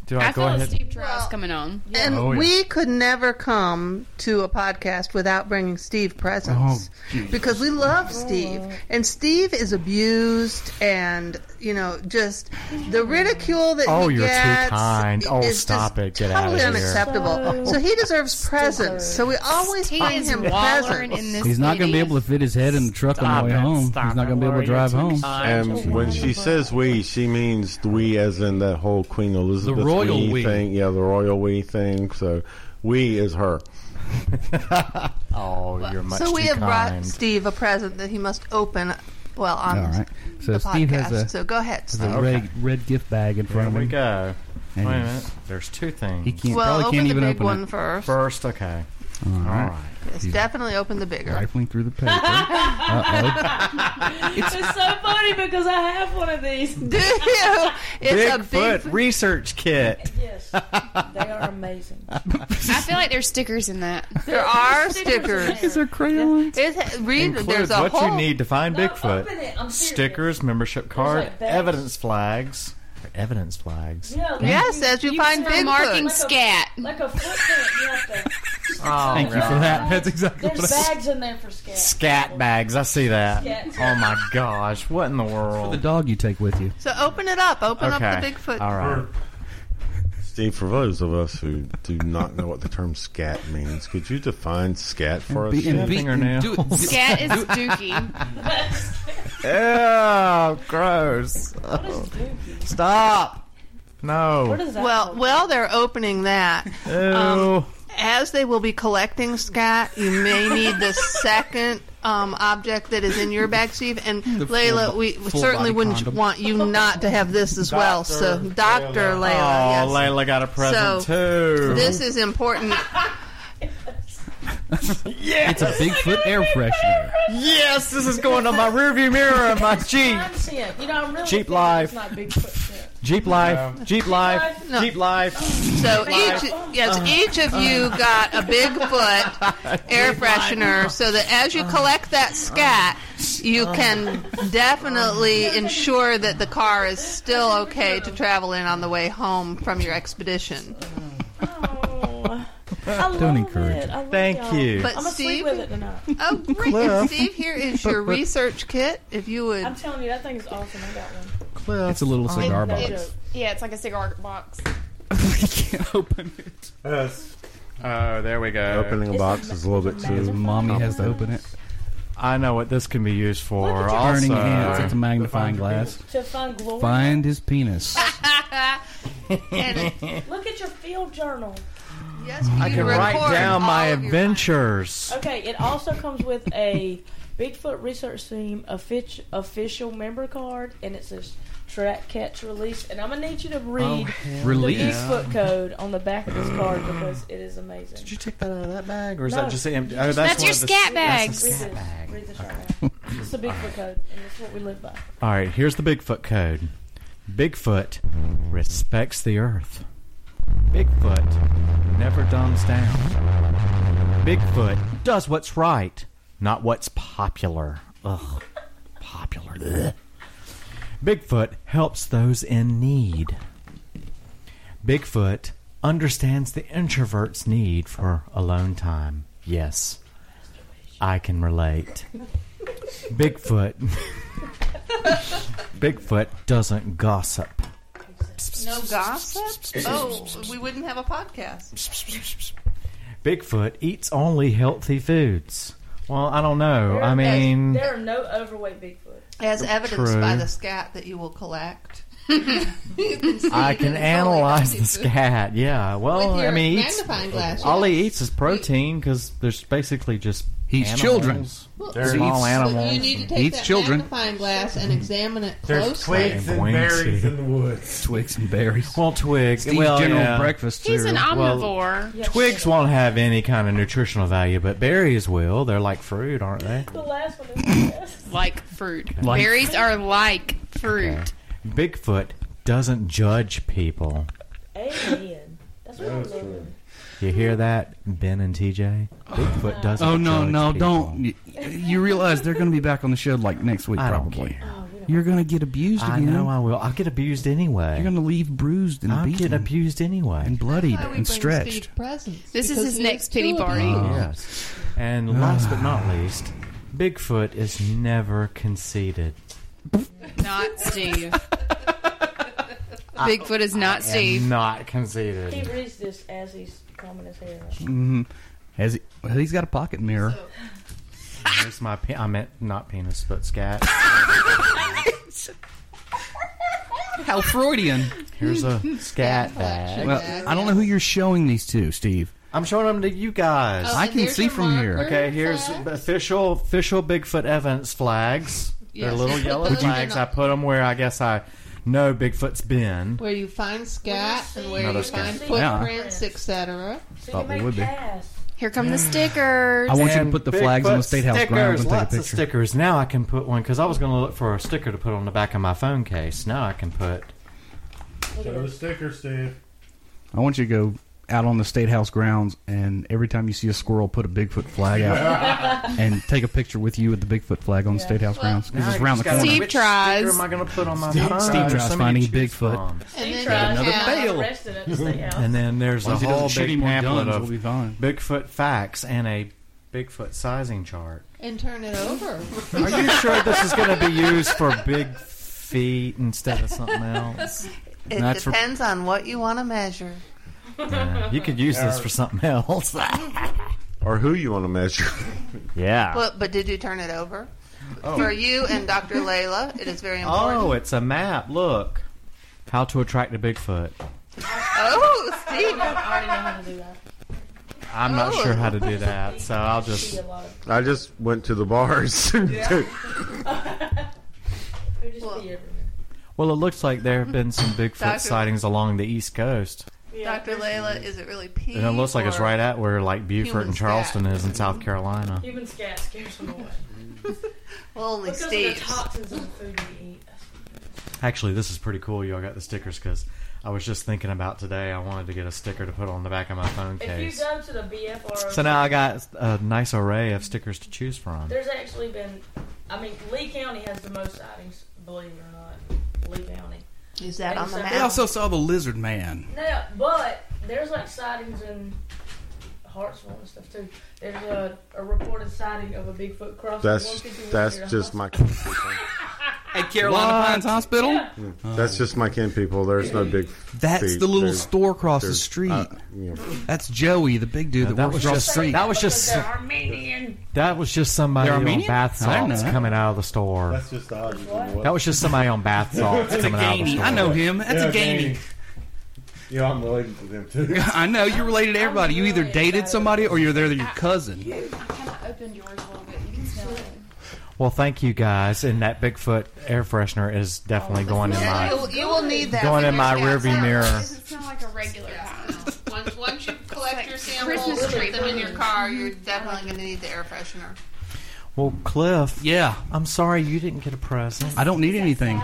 Speaker 1: Do I,
Speaker 5: I
Speaker 1: go
Speaker 5: felt
Speaker 1: ahead?
Speaker 5: Steve Trials
Speaker 6: Well-
Speaker 5: coming on.
Speaker 6: and
Speaker 3: Oh, yeah.
Speaker 6: we could never come to a podcast without bringing Steve presents
Speaker 3: Oh,
Speaker 6: because we love Steve, and Steve is abused, and you know just the ridicule that
Speaker 1: Oh,
Speaker 6: he
Speaker 1: you're too
Speaker 6: gets
Speaker 1: kind. Oh,
Speaker 6: is
Speaker 1: stop
Speaker 6: just
Speaker 1: it. Get out of
Speaker 6: totally
Speaker 1: here.
Speaker 6: unacceptable.
Speaker 4: So-
Speaker 6: So he deserves presents. So we always
Speaker 5: He
Speaker 6: bring
Speaker 5: is
Speaker 6: him
Speaker 5: wallering
Speaker 6: presents.
Speaker 5: in this.
Speaker 3: He's not going to be
Speaker 5: city.
Speaker 3: able to fit his head in the truck on
Speaker 1: Stop
Speaker 3: the way
Speaker 1: it,
Speaker 3: home. He's
Speaker 1: stop
Speaker 3: not
Speaker 1: it,
Speaker 3: going to be able
Speaker 1: Lori,
Speaker 3: to drive
Speaker 1: you're too
Speaker 3: home.
Speaker 1: kind.
Speaker 2: And when she says we, she means we as in that whole Queen Elizabeth
Speaker 3: royal we.
Speaker 2: thing. Yeah, the royal we thing. So we is her.
Speaker 1: oh, you're much
Speaker 6: So we
Speaker 1: too
Speaker 6: have
Speaker 1: kind.
Speaker 6: brought Steve a present that he must open. Well, on
Speaker 3: All right. So
Speaker 6: the
Speaker 3: Steve has
Speaker 6: podcast.
Speaker 3: a,
Speaker 6: so go ahead.
Speaker 3: has
Speaker 6: Steve.
Speaker 3: a red, red gift bag in
Speaker 1: Here
Speaker 3: front
Speaker 1: we
Speaker 3: of him.
Speaker 1: go. Wait a
Speaker 3: And he's-
Speaker 1: minute. There's two things.
Speaker 3: He can't,
Speaker 6: well,
Speaker 3: probably
Speaker 6: open
Speaker 3: can't
Speaker 6: the
Speaker 3: even
Speaker 6: big
Speaker 3: open
Speaker 6: one
Speaker 3: it.
Speaker 6: first.
Speaker 1: First, okay.
Speaker 3: All
Speaker 1: All
Speaker 3: right.
Speaker 1: right.
Speaker 6: Yes, definitely open the bigger.
Speaker 3: Rifling through the paper. Uh-oh.
Speaker 4: It's so funny because I have one of these.
Speaker 6: Do you? It's a big.
Speaker 1: research kit.
Speaker 4: Yes, they are amazing.
Speaker 5: I feel like there's stickers in that.
Speaker 6: There are stickers.
Speaker 3: Is there crayons?
Speaker 6: It's, read,
Speaker 1: Includes
Speaker 6: there's a
Speaker 1: what
Speaker 6: whole.
Speaker 1: you need to find
Speaker 4: No, open
Speaker 1: Bigfoot.
Speaker 4: it, I'm serious.
Speaker 1: Stickers, membership card,
Speaker 4: like bags.
Speaker 1: evidence flags. Evidence flags.
Speaker 4: Yeah, like,
Speaker 6: Yes, as you, find
Speaker 5: Start
Speaker 6: big
Speaker 5: marking
Speaker 6: markings.
Speaker 5: scat.
Speaker 4: like a footprint. You have to.
Speaker 6: Oh,
Speaker 1: Thank
Speaker 3: you for that. That's exactly
Speaker 4: There's bags in there for scat.
Speaker 1: Scat bags. I see that.
Speaker 4: Scat.
Speaker 1: Oh my gosh! What in the world?
Speaker 3: The dog you take with you.
Speaker 6: So open it up. Open up the
Speaker 1: okay.
Speaker 6: Bigfoot.
Speaker 1: All right.
Speaker 2: Steve, for those of us who do not know what the term scat means, could you define scat for us?
Speaker 3: Be- and
Speaker 2: Steve?
Speaker 3: be- and do it-
Speaker 5: Scat is Dookie.
Speaker 1: Ew, gross. Stop.
Speaker 4: What
Speaker 1: No.
Speaker 4: is that?
Speaker 6: Well, well, they're opening that.
Speaker 1: Ew.
Speaker 6: Um, As they will be collecting scat, you may need the second um, object that is in your back, Chief. And Layla,
Speaker 3: full-
Speaker 6: we we
Speaker 3: full
Speaker 6: certainly
Speaker 3: body
Speaker 6: wouldn't
Speaker 3: condom.
Speaker 6: want you not to have this as well. So,
Speaker 1: Dr.
Speaker 6: Doctor Layla,
Speaker 1: oh,
Speaker 6: yes.
Speaker 1: Layla got a present too.
Speaker 6: This is important.
Speaker 3: It's a Bigfoot air freshener.
Speaker 1: yes, this is going on my rearview mirror of my Jeep.
Speaker 4: I'm saying, you know, I'm really
Speaker 1: Cheap
Speaker 4: thinking
Speaker 1: life.
Speaker 4: It's not Bigfoot. shit.
Speaker 1: Jeep life. Jeep life.
Speaker 6: No.
Speaker 1: Jeep life.
Speaker 6: So each yes,
Speaker 1: Uh-huh.
Speaker 6: each of you got a Bigfoot air freshener, so that as you collect
Speaker 1: Uh-huh.
Speaker 6: that scat, you can definitely
Speaker 1: Uh-huh.
Speaker 6: ensure that the car is still okay to travel in on the way home from your expedition.
Speaker 4: Oh, I love
Speaker 3: Don't encourage
Speaker 4: it.
Speaker 3: it.
Speaker 4: I love
Speaker 1: Thank
Speaker 4: y'all.
Speaker 1: you.
Speaker 6: But
Speaker 4: I'm gonna sleep
Speaker 6: Steve,
Speaker 4: with it tonight.
Speaker 6: oh great, And Steve, here is your research kit. If you would,
Speaker 4: I'm telling you, that thing is awesome. I got one.
Speaker 3: It's a little cigar
Speaker 4: No
Speaker 3: box.
Speaker 4: joke.
Speaker 5: Yeah, it's like a cigar box.
Speaker 3: we can't open it.
Speaker 2: Yes.
Speaker 1: Oh, there we go.
Speaker 2: Opening a box is a little bit
Speaker 3: His
Speaker 2: too.
Speaker 3: mommy has to open it.
Speaker 1: I know what this can be used for. Also,
Speaker 3: Burning hands. It's a magnifying glass.
Speaker 4: To find glory.
Speaker 3: Find his penis.
Speaker 6: and
Speaker 4: Look at your field journal.
Speaker 6: yes, you
Speaker 1: I can write
Speaker 6: record
Speaker 1: down
Speaker 6: all
Speaker 1: my
Speaker 6: of your-
Speaker 1: adventures.
Speaker 4: Okay, it also comes with a Bigfoot research team offic- official member card, and it says track, catch, release. And I'm gonna need you to
Speaker 3: Oh,
Speaker 4: read the
Speaker 3: Release.
Speaker 4: Bigfoot code on the back of this card because it is amazing.
Speaker 1: Did you take that out of that bag, or is
Speaker 4: No.
Speaker 1: that just empty? Oh, that's,
Speaker 5: That's
Speaker 1: one
Speaker 5: your
Speaker 1: of the-
Speaker 5: scat
Speaker 1: that's
Speaker 5: bags.
Speaker 1: the
Speaker 4: Read
Speaker 1: scat
Speaker 4: this.
Speaker 1: bag.
Speaker 4: Read this right now. It's the Bigfoot code, and it's what we live by.
Speaker 1: All right, here's the Bigfoot code. Bigfoot respects the earth. Bigfoot never dumbs down. Bigfoot does what's right, not what's popular. Ugh, popular. Ugh. Bigfoot helps those in need. Bigfoot understands the introvert's need for alone time. Yes, I can relate. Bigfoot. Bigfoot doesn't gossip.
Speaker 6: No gossip. Oh, we wouldn't have a podcast.
Speaker 1: Bigfoot eats only healthy foods. Well, I don't know. I
Speaker 4: There- there's-
Speaker 1: mean,
Speaker 4: there are no overweight Bigfoot.
Speaker 6: As evidenced by
Speaker 1: True.
Speaker 6: the scat that you will collect.
Speaker 1: I can analyze this cat. Yeah. Well,
Speaker 6: With your
Speaker 1: I mean, he eats,
Speaker 6: magnifying glass.
Speaker 1: all he eats is protein because there's basically just
Speaker 3: He's
Speaker 1: animals.
Speaker 3: children.
Speaker 6: Well,
Speaker 1: They're small
Speaker 3: He's-
Speaker 6: But you
Speaker 1: animals.
Speaker 6: need to take
Speaker 3: Eats
Speaker 6: that
Speaker 3: children.
Speaker 6: magnifying glass and examine it
Speaker 2: There's
Speaker 6: closely.
Speaker 2: twigs
Speaker 1: and
Speaker 2: and
Speaker 1: berries
Speaker 2: berries in the woods.
Speaker 3: Twigs and berries.
Speaker 1: Well, twigs.
Speaker 3: Steve's
Speaker 1: well,
Speaker 3: general
Speaker 1: yeah.
Speaker 3: breakfast
Speaker 5: He's
Speaker 3: too.
Speaker 5: an omnivore.
Speaker 4: Yeah,
Speaker 1: Twigs won't have any kind of nutritional value, but berries will. They're like fruit, aren't they?
Speaker 4: The last one is the best.
Speaker 5: like fruit.
Speaker 3: Like-
Speaker 5: Berries are like fruit.
Speaker 1: Bigfoot doesn't judge people.
Speaker 4: Amen. That's what I'm living.
Speaker 1: You hear that, Ben and TJ? Bigfoot doesn't.
Speaker 3: Oh no,
Speaker 1: judge
Speaker 3: no,
Speaker 1: people.
Speaker 3: don't! You, you realize they're going to be back on the show like next week,
Speaker 1: I don't
Speaker 3: probably.
Speaker 1: care.
Speaker 3: You're going to get abused
Speaker 1: I
Speaker 3: again.
Speaker 1: know I will. I'll get abused anyway.
Speaker 3: You're going to leave bruised and
Speaker 1: I'll
Speaker 3: beaten
Speaker 1: get abused anyway.
Speaker 3: and bloodied
Speaker 6: Why we
Speaker 3: and
Speaker 6: bring
Speaker 3: stretched. Oh.
Speaker 6: Steve presents,
Speaker 5: This is
Speaker 6: because
Speaker 5: his
Speaker 6: he
Speaker 5: next
Speaker 6: is
Speaker 5: pity
Speaker 6: two of
Speaker 5: party.
Speaker 6: you.
Speaker 1: Yes.
Speaker 3: Ah.
Speaker 1: And last but not least, Bigfoot is never conceited.
Speaker 5: Not Steve. Bigfoot is not Steve.
Speaker 1: And not
Speaker 4: He
Speaker 1: conceited.
Speaker 4: reads this as he's combing his hair. out.
Speaker 3: hmm Has he? Well, he's got a pocket mirror.
Speaker 1: There's my. Pe- I meant not penis, but scat.
Speaker 3: How Freudian!
Speaker 1: Here's a scat bag.
Speaker 3: Well, I don't know who you're showing these to, Steve.
Speaker 1: I'm showing them to you guys.
Speaker 6: Oh,
Speaker 3: I
Speaker 6: and
Speaker 3: can
Speaker 6: there's
Speaker 3: see
Speaker 6: your
Speaker 3: from here.
Speaker 6: marker
Speaker 1: Okay, here's
Speaker 6: flag.
Speaker 1: the official official Bigfoot Evans flags. They're
Speaker 6: Yes,
Speaker 1: little
Speaker 6: you put
Speaker 1: yellow
Speaker 6: those in
Speaker 1: flags.
Speaker 6: a-
Speaker 1: I put them where I guess I know Bigfoot's been.
Speaker 6: Where you find scat and where
Speaker 1: Another
Speaker 6: you find
Speaker 4: scat.
Speaker 3: Yeah.
Speaker 6: footprints, etc.
Speaker 4: So
Speaker 3: Thought
Speaker 4: you
Speaker 3: we
Speaker 4: may
Speaker 3: would be.
Speaker 4: pass.
Speaker 5: Here come the stickers.
Speaker 3: I want you to
Speaker 1: And
Speaker 3: put the flags on the
Speaker 1: Bigfoot
Speaker 3: State House
Speaker 1: stickers,
Speaker 3: grounds and take a
Speaker 1: lots of
Speaker 3: picture.
Speaker 1: stickers. Now I can put one because I was going to look for a sticker to put on the back of my phone case. Now I can put.
Speaker 2: Show the sticker, Steve.
Speaker 3: I want you to go out on the State House grounds and every time you see a squirrel, put a Bigfoot flag out and take a picture with you with the Bigfoot flag on the State House grounds because it's around the corner.
Speaker 5: Steve
Speaker 1: Which
Speaker 5: tries.
Speaker 1: Sticker am I going to put on my phone?
Speaker 3: Steve
Speaker 1: There's
Speaker 3: tries
Speaker 1: so many
Speaker 3: finding
Speaker 1: to choose
Speaker 3: Bigfoot.
Speaker 1: from.
Speaker 6: And then
Speaker 4: tried.
Speaker 6: you
Speaker 3: Another
Speaker 6: have-
Speaker 3: fail.
Speaker 4: Arrested at the state house.
Speaker 1: And then there's
Speaker 3: As long
Speaker 1: a
Speaker 3: as he doesn't
Speaker 1: whole
Speaker 3: shoot any
Speaker 1: big
Speaker 3: more
Speaker 1: pamphlet
Speaker 3: guns, we'll
Speaker 1: of
Speaker 3: be fine.
Speaker 1: Bigfoot facts and a Bigfoot sizing chart.
Speaker 6: And turn it over.
Speaker 1: Are you sure this is going to be used for big feet instead of something else?
Speaker 6: It
Speaker 3: That's for-
Speaker 6: depends on what you want to measure.
Speaker 1: Yeah, you could use this for something else.
Speaker 2: Or who you want to measure.
Speaker 1: yeah.
Speaker 6: But, but did you turn it over? For you and Dr. Layla, it is very important.
Speaker 1: Oh, it's a map. Look. How to attract a Bigfoot.
Speaker 6: Oh,
Speaker 4: I already
Speaker 6: Steve.
Speaker 4: know how to do that.
Speaker 7: I'm not sure how to do that, so I'll
Speaker 4: See
Speaker 7: just.
Speaker 4: a lot of
Speaker 2: I just went to the bars. to-
Speaker 4: it just be everywhere.
Speaker 7: Well, it looks like there have been some Bigfoot
Speaker 6: Doctor-
Speaker 7: sightings along the East Coast,
Speaker 6: Dr. Layla, is it really pee?
Speaker 7: and it looks like it's
Speaker 6: or-
Speaker 7: right at where like Beaufort and
Speaker 6: Human
Speaker 7: Charleston
Speaker 6: scat.
Speaker 7: is in South Carolina.
Speaker 4: Human scat scares them away.
Speaker 6: Well, only
Speaker 4: Because of the
Speaker 6: Steve's.
Speaker 4: toxins in the food we eat.
Speaker 7: Actually, this is pretty cool. Y'all got the stickers because I was just thinking about today. I wanted to get a sticker to put on the back of my phone
Speaker 4: If you
Speaker 7: case.
Speaker 4: go to the BFR,
Speaker 7: So now I got a nice array of stickers to choose from.
Speaker 4: there's actually been, I mean, Lee County has the most sightings, believe it or not. Lee County.
Speaker 6: Is that on the
Speaker 4: They
Speaker 6: map?
Speaker 3: I also saw the lizard man.
Speaker 4: No, but there's like sightings in Hartsville and stuff too. There's a, a reported sighting of a Bigfoot crossing.
Speaker 2: that's
Speaker 4: 151 near
Speaker 2: that's
Speaker 4: the
Speaker 2: just
Speaker 4: hospital.
Speaker 2: my camp people.
Speaker 8: At Carolina Pines Hospital?
Speaker 2: That's just my camp people. There's no big.
Speaker 3: That's
Speaker 2: feet.
Speaker 3: the little
Speaker 2: There's-
Speaker 3: store across the
Speaker 2: there's-
Speaker 3: street.
Speaker 2: uh, you know,
Speaker 3: That's Joey, the big dude that,
Speaker 1: that
Speaker 3: works
Speaker 1: was
Speaker 3: across
Speaker 1: just-
Speaker 3: the street.
Speaker 7: That was
Speaker 4: Because
Speaker 7: just
Speaker 4: they're Armenian.
Speaker 1: That was just somebody
Speaker 3: They're
Speaker 1: on
Speaker 3: Armenian?
Speaker 1: bath
Speaker 3: I didn't know
Speaker 1: salts
Speaker 3: that.
Speaker 1: coming out of the store.
Speaker 2: that's just the odds.
Speaker 1: That was just somebody on bath salts
Speaker 3: That's a
Speaker 1: coming out of the
Speaker 3: Gainey.
Speaker 1: store.
Speaker 3: I know him. That's a Gainey.
Speaker 2: Yeah, I'm related to them too.
Speaker 3: I know you're related to everybody. You either
Speaker 4: really
Speaker 3: dated
Speaker 4: excited.
Speaker 3: somebody or you're there than your cousin.
Speaker 5: Kind of opened yours a little bit. You can smell it.
Speaker 1: Well, thank you guys, and that Bigfoot air freshener is definitely going in
Speaker 6: Oh, Yeah,
Speaker 1: my.
Speaker 6: you, you will need that.
Speaker 1: Going
Speaker 6: when
Speaker 1: in my
Speaker 6: you're outside.
Speaker 1: rearview mirror.
Speaker 5: Doesn't smell like a regular kind.
Speaker 9: Once, once you collect your samples,
Speaker 5: Christmas
Speaker 9: treat
Speaker 6: Put
Speaker 9: them in your
Speaker 6: your car. You're definitely going to need the air freshener.
Speaker 1: Well, Cliff,
Speaker 3: Yeah,
Speaker 1: I'm sorry you didn't get a present.
Speaker 3: I don't need anything.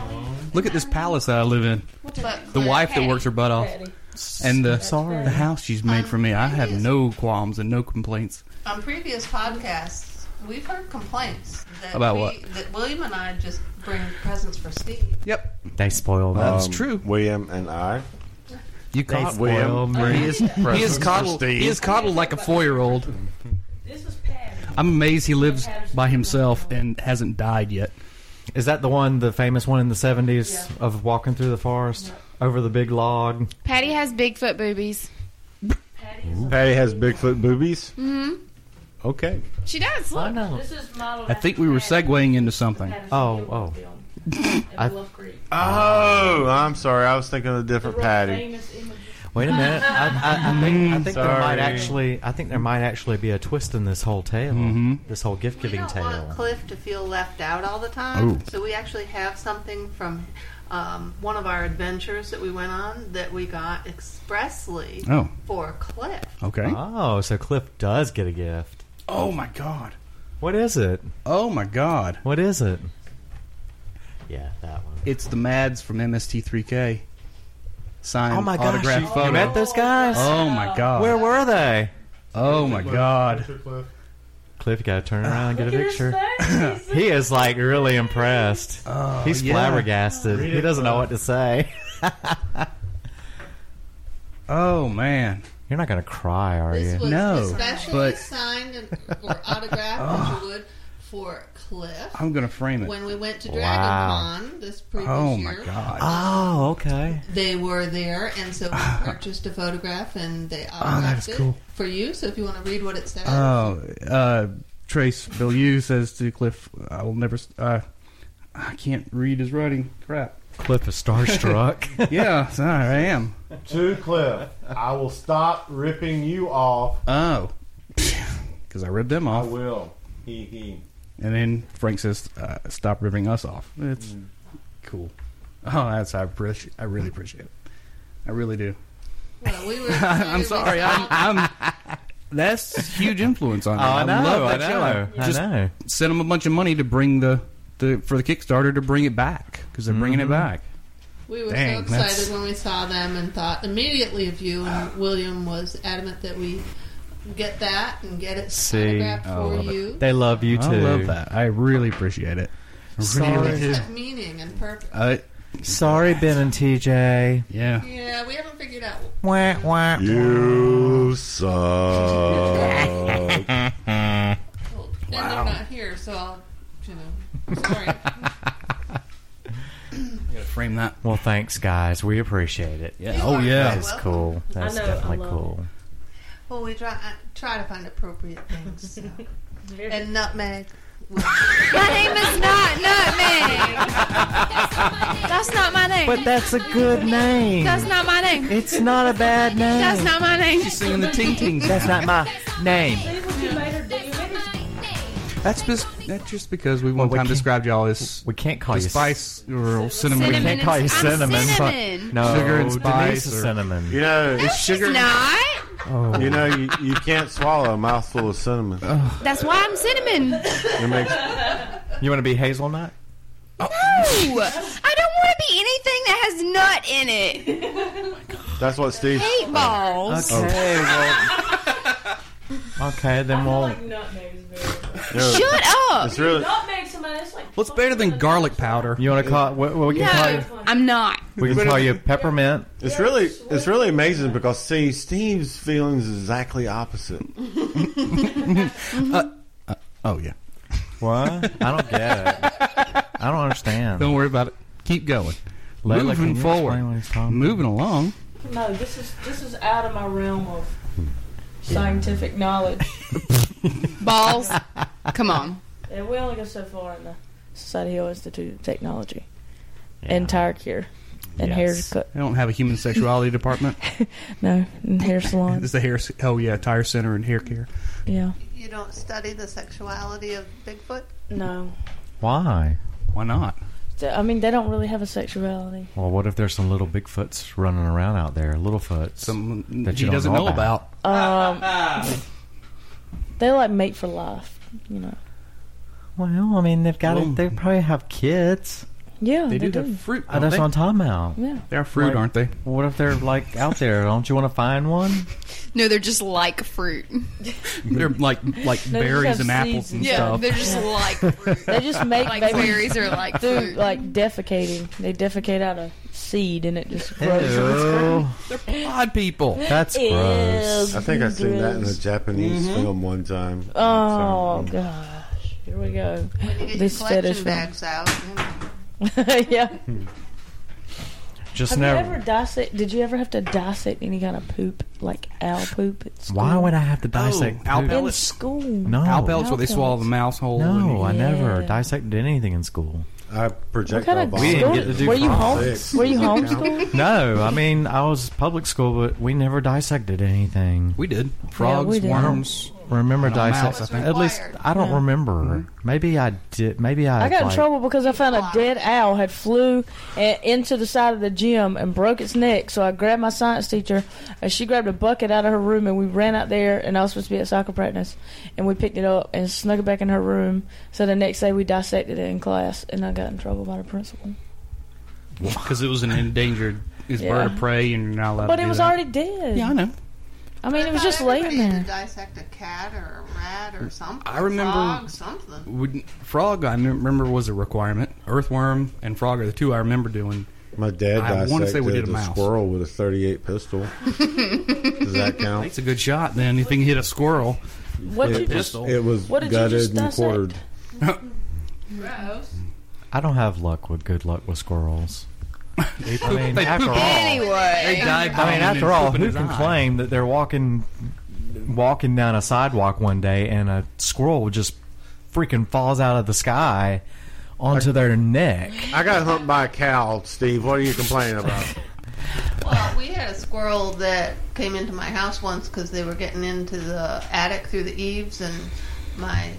Speaker 3: Look at this palace that I live in.
Speaker 6: But
Speaker 3: The wife that works her butt off,
Speaker 4: Daddy.
Speaker 3: and the
Speaker 1: Sorry.
Speaker 3: the house she's made for me. I have no qualms and no complaints.
Speaker 6: on previous podcasts, we've heard complaints that
Speaker 3: About
Speaker 6: we,
Speaker 3: what?
Speaker 6: that William and I just bring presents for Steve.
Speaker 3: Yep,
Speaker 1: They spoiled us.
Speaker 3: that's true.
Speaker 2: Um, William and I.
Speaker 3: You
Speaker 1: Uh, They
Speaker 3: caught
Speaker 1: spoiled
Speaker 3: He
Speaker 1: me.
Speaker 3: is, he is coddled. He is coddled like a four year old.
Speaker 4: This is Patty.
Speaker 3: I'm amazed he lives by himself and hasn't died yet.
Speaker 1: Is that the one, the famous one in the 70s of walking through the forest over the big log?
Speaker 5: Patty has Bigfoot boobies.
Speaker 4: Patty is
Speaker 2: Patty has Bigfoot boobies. Mm-hmm. Okay.
Speaker 5: She does. Look.
Speaker 1: know.
Speaker 4: This is model.
Speaker 3: Oh. I think we were segueing into something.
Speaker 1: Oh,
Speaker 4: I love Creek.
Speaker 2: Oh, I'm sorry. I was thinking of a
Speaker 4: The
Speaker 2: different
Speaker 4: real
Speaker 2: Patty.
Speaker 4: famous image.
Speaker 1: Wait a minute. I, I, I think, I think there might
Speaker 2: Sorry.
Speaker 1: actually, I think there might actually be a twist in this whole tale, this whole gift
Speaker 6: We
Speaker 1: giving
Speaker 6: don't want
Speaker 1: tale.
Speaker 6: Cliff to feel left out all the time,
Speaker 3: Ooh.
Speaker 6: so we actually have something from um, one of our adventures that we went on that we got expressly
Speaker 3: Oh,
Speaker 6: for Cliff.
Speaker 3: okay.
Speaker 1: Oh, so Cliff does get a gift.
Speaker 3: Oh my god.
Speaker 1: What is it?
Speaker 3: Oh my god.
Speaker 1: What is it? Yeah, that one.
Speaker 3: It's the Mads from MST3K. Signed
Speaker 1: Oh my gosh,
Speaker 3: autograph
Speaker 1: you,
Speaker 3: photo.
Speaker 1: you met those guys?
Speaker 3: Oh my god.
Speaker 1: Where were they?
Speaker 3: oh my god.
Speaker 1: Cliff, you gotta turn around and get a
Speaker 4: Look at his
Speaker 1: picture.
Speaker 4: face.
Speaker 1: He is like really impressed. He's
Speaker 3: Oh, yeah.
Speaker 1: flabbergasted. He doesn't know what to say.
Speaker 3: Oh man.
Speaker 1: You're not gonna cry, are
Speaker 9: This
Speaker 1: you?
Speaker 9: was
Speaker 3: No,
Speaker 9: especially
Speaker 3: but-
Speaker 9: signed and, or autographed, if you would, for Cliff
Speaker 3: I'm gonna frame it.
Speaker 9: when we went to DragonCon
Speaker 1: Wow.
Speaker 9: this previous
Speaker 3: Oh my
Speaker 9: year.
Speaker 3: god.
Speaker 1: Oh, okay.
Speaker 9: They were there, and so we purchased a photograph, and they
Speaker 3: that's
Speaker 9: autographed it
Speaker 3: Oh, cool.
Speaker 9: for you. So if you want to read what it says,
Speaker 3: Oh, uh, Trace Bellew says to Cliff, "I will never. s- Uh, I can't read his writing. Crap.
Speaker 1: Cliff is starstruck.
Speaker 3: Yeah, sorry, I am.
Speaker 2: To Cliff, I will stop ripping you off.
Speaker 3: Oh, because I ripped them
Speaker 2: I
Speaker 3: off,
Speaker 2: will. He he.
Speaker 3: and then Frank says, uh, "Stop ripping us off." It's cool. Oh, that's I appreciate. I really appreciate it. I really do.
Speaker 9: well, we were.
Speaker 3: I'm sorry. I'm. I'm that's huge influence on me. I love that show.
Speaker 1: Oh, I
Speaker 3: just
Speaker 1: know.
Speaker 3: sent them a bunch of money to bring the, the for the Kickstarter to bring it back because they're bringing
Speaker 1: Mm-hmm.
Speaker 3: it back.
Speaker 9: We were
Speaker 3: Dang,
Speaker 9: so
Speaker 3: that's-
Speaker 9: excited when we saw them and thought immediately of you. And William was adamant that we get that and get it
Speaker 1: See,
Speaker 9: autographed
Speaker 3: I
Speaker 9: for
Speaker 3: love it.
Speaker 9: you.
Speaker 1: They love you too.
Speaker 3: I love that. I really appreciate it. I Really
Speaker 1: Sorry,
Speaker 3: do.
Speaker 9: That meaning and purpose.
Speaker 3: Uh,
Speaker 1: sorry, Ben and TJ.
Speaker 3: yeah.
Speaker 9: Yeah, we haven't figured out.
Speaker 1: Wah, wah.
Speaker 2: You suck.
Speaker 9: Well, And they're not here, so I'll, you know, sorry.
Speaker 3: Frame that.
Speaker 1: Well, thanks, guys. We appreciate it.
Speaker 3: Yeah.
Speaker 9: You
Speaker 3: Oh
Speaker 9: are
Speaker 3: yeah.
Speaker 9: very
Speaker 1: That's
Speaker 9: welcome.
Speaker 1: cool. That's
Speaker 4: know, I
Speaker 1: definitely
Speaker 4: love
Speaker 1: cool.
Speaker 6: uh, Well, we try try to find appropriate things so.
Speaker 4: Very-
Speaker 6: and nutmeg.
Speaker 5: My name is not Nutmeg. That's not my name.
Speaker 1: But that's a good name.
Speaker 5: That's not my name.
Speaker 1: It's not a bad name.
Speaker 5: That's not my name.
Speaker 8: Singing the ting ting.
Speaker 1: That's not my name.
Speaker 4: See what you made her do. You made her
Speaker 3: That's just that's just because we one
Speaker 1: we
Speaker 3: time
Speaker 1: can't-
Speaker 3: described y'all as
Speaker 1: We can't call
Speaker 3: the
Speaker 1: you
Speaker 3: spice or cinnamon.
Speaker 5: Cinnamon
Speaker 1: Can't call you
Speaker 5: I'm
Speaker 1: cinnamon.
Speaker 5: cinnamon.
Speaker 1: No,
Speaker 3: Sugar and
Speaker 1: Denise
Speaker 3: spice
Speaker 1: is
Speaker 3: or-
Speaker 1: cinnamon.
Speaker 2: You know, it's sugar.
Speaker 5: She's not.
Speaker 1: Oh,
Speaker 2: You know, you, you can't swallow a mouthful of cinnamon.
Speaker 5: That's why I'm cinnamon.
Speaker 2: It makes
Speaker 1: you want to be hazelnut?
Speaker 5: No, I don't want to be anything that has nut in it.
Speaker 2: that's what Steve.
Speaker 5: Eight balls.
Speaker 1: Okay, well. Okay, then
Speaker 4: I
Speaker 1: we'll.
Speaker 4: like nutmeg is better.
Speaker 2: you know,
Speaker 5: Shut up.
Speaker 2: it's really
Speaker 4: Nutmeg somebody that's like
Speaker 3: What's better than garlic powder?
Speaker 1: You want to call? We, we can call you.
Speaker 5: No, I'm not.
Speaker 1: We can call you peppermint.
Speaker 2: It's really it's really amazing because see Steve's feelings is exactly opposite.
Speaker 3: Oh yeah.
Speaker 1: What? I don't get it. I don't understand.
Speaker 3: Don't worry about it. Keep going.
Speaker 1: Layla, can
Speaker 3: Moving
Speaker 1: you explain what
Speaker 3: forward.
Speaker 1: he's talking about?
Speaker 3: Moving along.
Speaker 4: No, this is this is out of my realm of scientific knowledge.
Speaker 5: Balls. Come on.
Speaker 4: And we only go so far in the Society Hill Institute of Technology. And tire cure. And
Speaker 1: Yes.
Speaker 4: hair cut.
Speaker 3: They don't have a human sexuality department.
Speaker 4: No, and hair salon.
Speaker 3: It's the hair. Oh yeah, tire center and hair care.
Speaker 4: yeah.
Speaker 6: You don't study the sexuality of Bigfoot?
Speaker 4: No.
Speaker 1: Why?
Speaker 3: Why not?
Speaker 4: Th- I mean, they don't really have a sexuality.
Speaker 1: Well, what if there's some little Bigfoots running around out there? Littlefoots.
Speaker 3: Some
Speaker 1: That you
Speaker 3: he
Speaker 1: don't
Speaker 3: doesn't
Speaker 1: know
Speaker 3: know about.
Speaker 4: Um, they like mate for life, you know.
Speaker 1: Well, I mean, they've got
Speaker 3: Well-
Speaker 1: it. They probably have kids.
Speaker 4: Yeah,
Speaker 3: They
Speaker 4: they,
Speaker 3: do
Speaker 4: do.
Speaker 3: have fruit.
Speaker 1: Uh, that's
Speaker 3: they?
Speaker 1: what I'm talking about.
Speaker 4: Yeah.
Speaker 3: They're fruit,
Speaker 1: Like-
Speaker 3: aren't they?
Speaker 1: What if they're like out there? Don't you want to find one?
Speaker 5: No, they're just like fruit.
Speaker 3: They're like like
Speaker 4: They just
Speaker 3: berries
Speaker 4: have
Speaker 3: and apples
Speaker 4: seeds
Speaker 3: and
Speaker 4: and
Speaker 5: Yeah,
Speaker 3: stuff.
Speaker 5: they're just like fruit.
Speaker 4: They just make
Speaker 5: Like
Speaker 4: babies
Speaker 5: berries are like
Speaker 4: through
Speaker 5: fruit.
Speaker 4: like defecating. They defecate out a seed and it just grows.
Speaker 1: Ew,
Speaker 3: Odd people.
Speaker 1: that's
Speaker 4: Ew.
Speaker 1: gross.
Speaker 2: I think I seen that in a
Speaker 4: Gross.
Speaker 2: Japanese film one time.
Speaker 4: Mm-hmm. Oh
Speaker 2: So,
Speaker 4: gosh, here we go.
Speaker 6: You get
Speaker 4: This
Speaker 6: your
Speaker 4: fetish
Speaker 6: collection
Speaker 4: film.
Speaker 6: bags out. you know.
Speaker 4: yeah.
Speaker 1: Just
Speaker 4: Have you
Speaker 1: never.
Speaker 4: ever dissect? Did you ever have to dissect any kind of poop, like owl poop? At school?
Speaker 1: Why would I have to dissect?
Speaker 4: Oh,
Speaker 3: owl
Speaker 1: poop?
Speaker 3: pellets.
Speaker 4: in school?
Speaker 1: No,
Speaker 3: Owl pellets where they
Speaker 4: Oh, Owl
Speaker 3: swallow the mouse
Speaker 4: pellets.
Speaker 3: whole.
Speaker 1: no,
Speaker 3: and
Speaker 1: I never
Speaker 4: Yeah.
Speaker 1: dissected anything in school.
Speaker 2: I
Speaker 4: What
Speaker 2: projectile
Speaker 4: kind of
Speaker 2: vomit.
Speaker 1: didn't
Speaker 4: school?
Speaker 1: get to do
Speaker 4: were you
Speaker 1: prom
Speaker 4: home?
Speaker 2: six.
Speaker 4: Were you
Speaker 2: Didn't
Speaker 4: homeschooled?
Speaker 1: No, I mean I was public school, but we never dissected anything.
Speaker 3: we did frogs,
Speaker 4: we did.
Speaker 3: worms.
Speaker 1: Remember
Speaker 3: No, mouse,
Speaker 1: dissecting?
Speaker 6: I think.
Speaker 1: At least I don't remember.
Speaker 4: Mm-hmm.
Speaker 1: Maybe I did. Maybe I.
Speaker 4: I got in
Speaker 1: like-
Speaker 4: trouble because I found a dead owl had flew a- into the side of the gym and broke its neck. So I grabbed my science teacher, and she grabbed a bucket out of her room, and we ran out there. And I was supposed to be at soccer practice, and we picked it up and snuck it back in her room. So the next day we dissected it in class, and I got in trouble by the principal.
Speaker 3: because it was an endangered it's
Speaker 4: Yeah.
Speaker 3: bird of prey, and you're not allowed.
Speaker 4: But
Speaker 3: to
Speaker 4: it
Speaker 3: do
Speaker 4: was
Speaker 3: that.
Speaker 4: already dead.
Speaker 3: Yeah, I know.
Speaker 4: I mean, it was
Speaker 6: thought
Speaker 4: just laying
Speaker 6: everybody had
Speaker 4: there.
Speaker 6: To dissect a cat or a rat or something.
Speaker 3: I remember-
Speaker 6: frog, something.
Speaker 3: Wouldn't- frog, I kn- remember was a requirement. Earthworm and frog are the two I remember doing.
Speaker 2: My dad
Speaker 3: I wanna say
Speaker 2: dissected
Speaker 3: we did a
Speaker 2: a,
Speaker 3: mouse.
Speaker 2: squirrel with a 38 pistol. Does that count?
Speaker 3: It's a good shot. Then if you can hit a squirrel,
Speaker 4: What you just?
Speaker 3: pistol.
Speaker 2: It was
Speaker 4: What did you
Speaker 2: gutted
Speaker 4: just
Speaker 2: and
Speaker 4: dissect?
Speaker 2: quartered.
Speaker 9: Gross.
Speaker 1: I don't have luck with good luck with squirrels. I mean,
Speaker 3: they
Speaker 1: after
Speaker 3: poop.
Speaker 1: all,
Speaker 5: Anyway,
Speaker 1: I mean, after all, who can claim that they're walking walking down a sidewalk one day and a squirrel just freaking falls out of the sky onto their neck?
Speaker 2: I got humped by a cow, Steve. What are you complaining about?
Speaker 6: Well, we had a squirrel that came into my house once because they were getting into the attic through the eaves, and my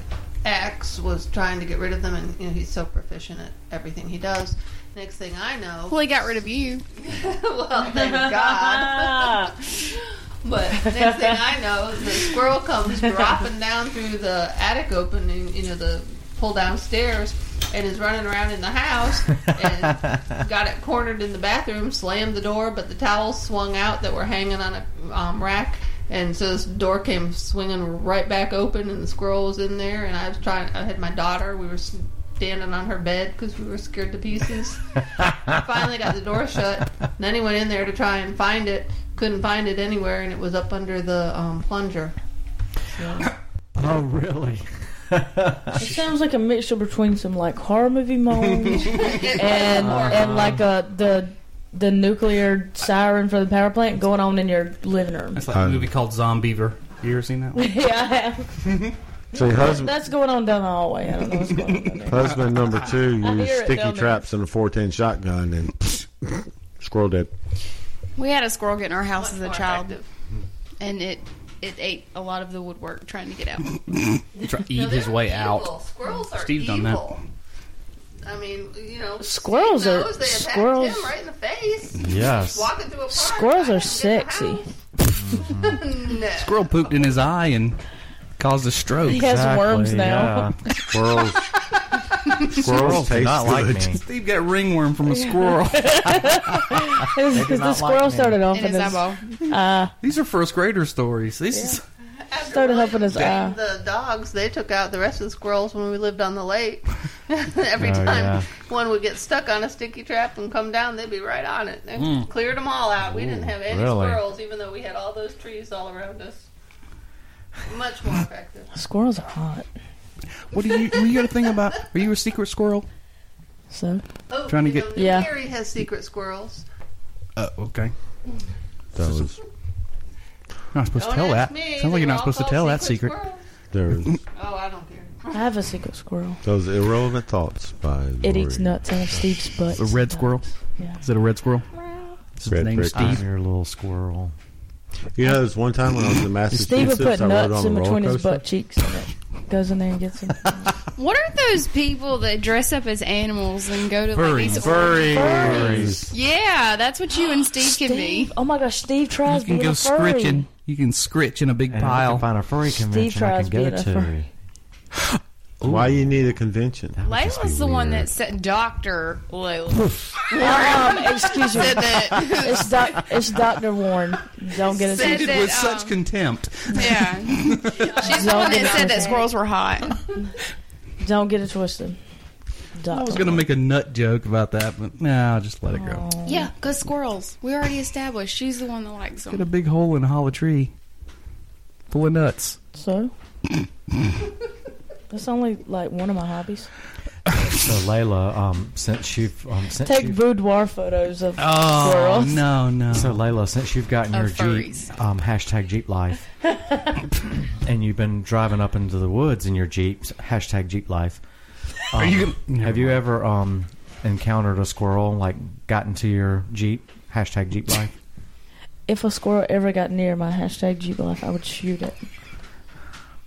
Speaker 6: ex was trying to get rid of them, and you know he's so proficient at everything he does. Next thing I know,
Speaker 5: well, he got rid of you.
Speaker 6: well, thank God. but next thing I know, the squirrel comes dropping down through the attic opening, you know, the pull down stairs, and is running around in the house
Speaker 1: Oh,
Speaker 6: and got it cornered in the bathroom, slammed the door, but the towels swung out that were hanging on a um, rack. And so this door came swinging right back open, and the squirrel was in there. And I was trying. I had my daughter. We were standing on her bed because we were scared to pieces. I finally got the door shut. And then he went in there to try and find it. Couldn't find it anywhere, and it was up under the um, plunger.
Speaker 1: Oh, really?
Speaker 4: It sounds like a mixture between some like horror movie moans and and like a the the nuclear siren for the power plant going on in your living room.
Speaker 3: Uh, it's like a movie called Zombiever. You ever seen that? one?
Speaker 4: yeah, I have.
Speaker 2: See, husband,
Speaker 4: That's going on down the hallway. I don't know what's going on. down there.
Speaker 2: husband number two
Speaker 4: I
Speaker 2: used
Speaker 4: hear it
Speaker 2: sticky
Speaker 4: down there.
Speaker 2: traps and a 410 shotgun and squirrel dead.
Speaker 5: We had a squirrel get in our house as a
Speaker 6: more
Speaker 5: child,
Speaker 6: effective.
Speaker 5: and it it ate a lot of the woodwork trying to get out.
Speaker 3: Try to eat his way out.
Speaker 6: Squirrels are
Speaker 3: Steve done that.
Speaker 6: evil. I mean, you know,
Speaker 4: Squirrels
Speaker 6: Steve
Speaker 4: are-
Speaker 6: knows they attacked
Speaker 4: squirrels-
Speaker 6: him right in the face.
Speaker 1: Yes.
Speaker 6: Walking through a park.
Speaker 4: Squirrels
Speaker 6: I
Speaker 4: are
Speaker 6: didn't get the
Speaker 4: sexy.
Speaker 6: house.
Speaker 1: Mm-hmm.
Speaker 6: no.
Speaker 3: Squirrel pooped in his eye and caused a stroke.
Speaker 4: He has worms now.
Speaker 1: yeah.
Speaker 2: Squirrels. squirrels
Speaker 1: Do
Speaker 2: taste
Speaker 1: not like
Speaker 2: good.
Speaker 1: me.
Speaker 3: Steve got ringworm from a squirrel.
Speaker 4: Because the
Speaker 1: not like
Speaker 4: squirrel
Speaker 1: me.
Speaker 4: started off uh,
Speaker 5: In
Speaker 4: in
Speaker 5: his
Speaker 4: his,
Speaker 5: eyeball.
Speaker 3: These are first grader stories. These is-
Speaker 6: After
Speaker 4: started
Speaker 6: William
Speaker 4: up in his
Speaker 6: tamed
Speaker 4: eye.
Speaker 6: The dogs, they took out the rest of the squirrels when we lived on the lake. Every time
Speaker 1: Oh, yeah.
Speaker 6: one would get stuck on a sticky trap and come down, they'd be right on it. They
Speaker 3: Hmm.
Speaker 6: cleared them all out. We didn't have any
Speaker 1: really?
Speaker 6: squirrels, even though we had all those trees all around us. Much more effective.
Speaker 4: Squirrels are hot.
Speaker 3: what do you? What you got to think about? Are you a secret squirrel?
Speaker 4: So
Speaker 6: Oh,
Speaker 3: Trying to
Speaker 6: you
Speaker 3: get-
Speaker 6: know,
Speaker 4: Yeah.
Speaker 6: Gary has secret squirrels.
Speaker 3: Uh, okay.
Speaker 2: Those.
Speaker 3: You're not supposed
Speaker 6: Don't
Speaker 3: to tell
Speaker 6: ask
Speaker 3: that.
Speaker 6: me.
Speaker 3: Sounds
Speaker 6: They
Speaker 3: like you're
Speaker 6: were
Speaker 3: not
Speaker 6: all
Speaker 3: supposed to
Speaker 6: called
Speaker 3: tell that secret.
Speaker 6: squirrels.
Speaker 2: There's
Speaker 6: Oh, I don't care.
Speaker 4: I have a secret squirrel.
Speaker 2: those irrelevant thoughts by
Speaker 4: It
Speaker 2: Lori.
Speaker 4: eats nuts out of Steve's butt.
Speaker 3: A red squirrel?
Speaker 4: Yeah.
Speaker 3: Is it a red squirrel? Is
Speaker 2: Red
Speaker 3: his name
Speaker 2: brick.
Speaker 1: I'm
Speaker 3: Steve?
Speaker 1: your little squirrel.
Speaker 2: You know, there's one time when I was in
Speaker 4: Steve would put
Speaker 2: Massachusetts, I rode
Speaker 4: nuts
Speaker 2: on
Speaker 4: in
Speaker 2: a roller
Speaker 4: between his
Speaker 2: coaster.
Speaker 4: butt cheeks and it goes in there and gets him.
Speaker 5: What are those people that dress up as animals and go to like these?
Speaker 2: Furries.
Speaker 5: Yeah, that's what you and Steve, could be.
Speaker 4: Steve, oh my gosh, Steve tries
Speaker 3: You can
Speaker 4: being
Speaker 3: go
Speaker 4: a furry.
Speaker 3: scritching. You can scritch in a big
Speaker 1: And if I can
Speaker 3: pile.
Speaker 1: find a furry convention I can
Speaker 4: tries
Speaker 1: go
Speaker 4: being a
Speaker 1: to.
Speaker 4: furry.
Speaker 2: Why you need a convention?
Speaker 5: Layla's the one that said Doctor Layla
Speaker 4: Um, excuse me.
Speaker 5: said that.
Speaker 4: It's, doc, it's Dr. Warren. Don't get
Speaker 5: Said
Speaker 4: it.
Speaker 3: Treated
Speaker 5: that,
Speaker 3: with
Speaker 5: um,
Speaker 3: such contempt.
Speaker 5: Yeah, she's the one that said that squirrels were hot.
Speaker 4: Don't get it twisted.
Speaker 3: I was
Speaker 4: Dr.
Speaker 3: going to make a nut joke about that, but nah, I'll just let it go.
Speaker 5: Yeah, cause squirrels. We already established she's the one that likes
Speaker 3: Get
Speaker 5: them.
Speaker 3: a big hole in a hollow tree full of nuts.
Speaker 4: So? That's only like one of my hobbies.
Speaker 1: So Layla, um, since you've um, since
Speaker 4: Take
Speaker 1: you've,
Speaker 4: boudoir photos of
Speaker 3: Oh,
Speaker 4: squirrels.
Speaker 3: no, no.
Speaker 1: so Layla, since you've gotten
Speaker 5: Of
Speaker 1: your Jeep,
Speaker 5: furries.
Speaker 1: um, hashtag Jeep life, and you've been driving up into the woods in your Jeep, hashtag Jeep life. Um,
Speaker 3: Are you gonna-
Speaker 1: have you ever um, encountered a squirrel like gotten to your Jeep? Hashtag Jeep life.
Speaker 4: If a squirrel ever got near my hashtag Jeep life, I would shoot it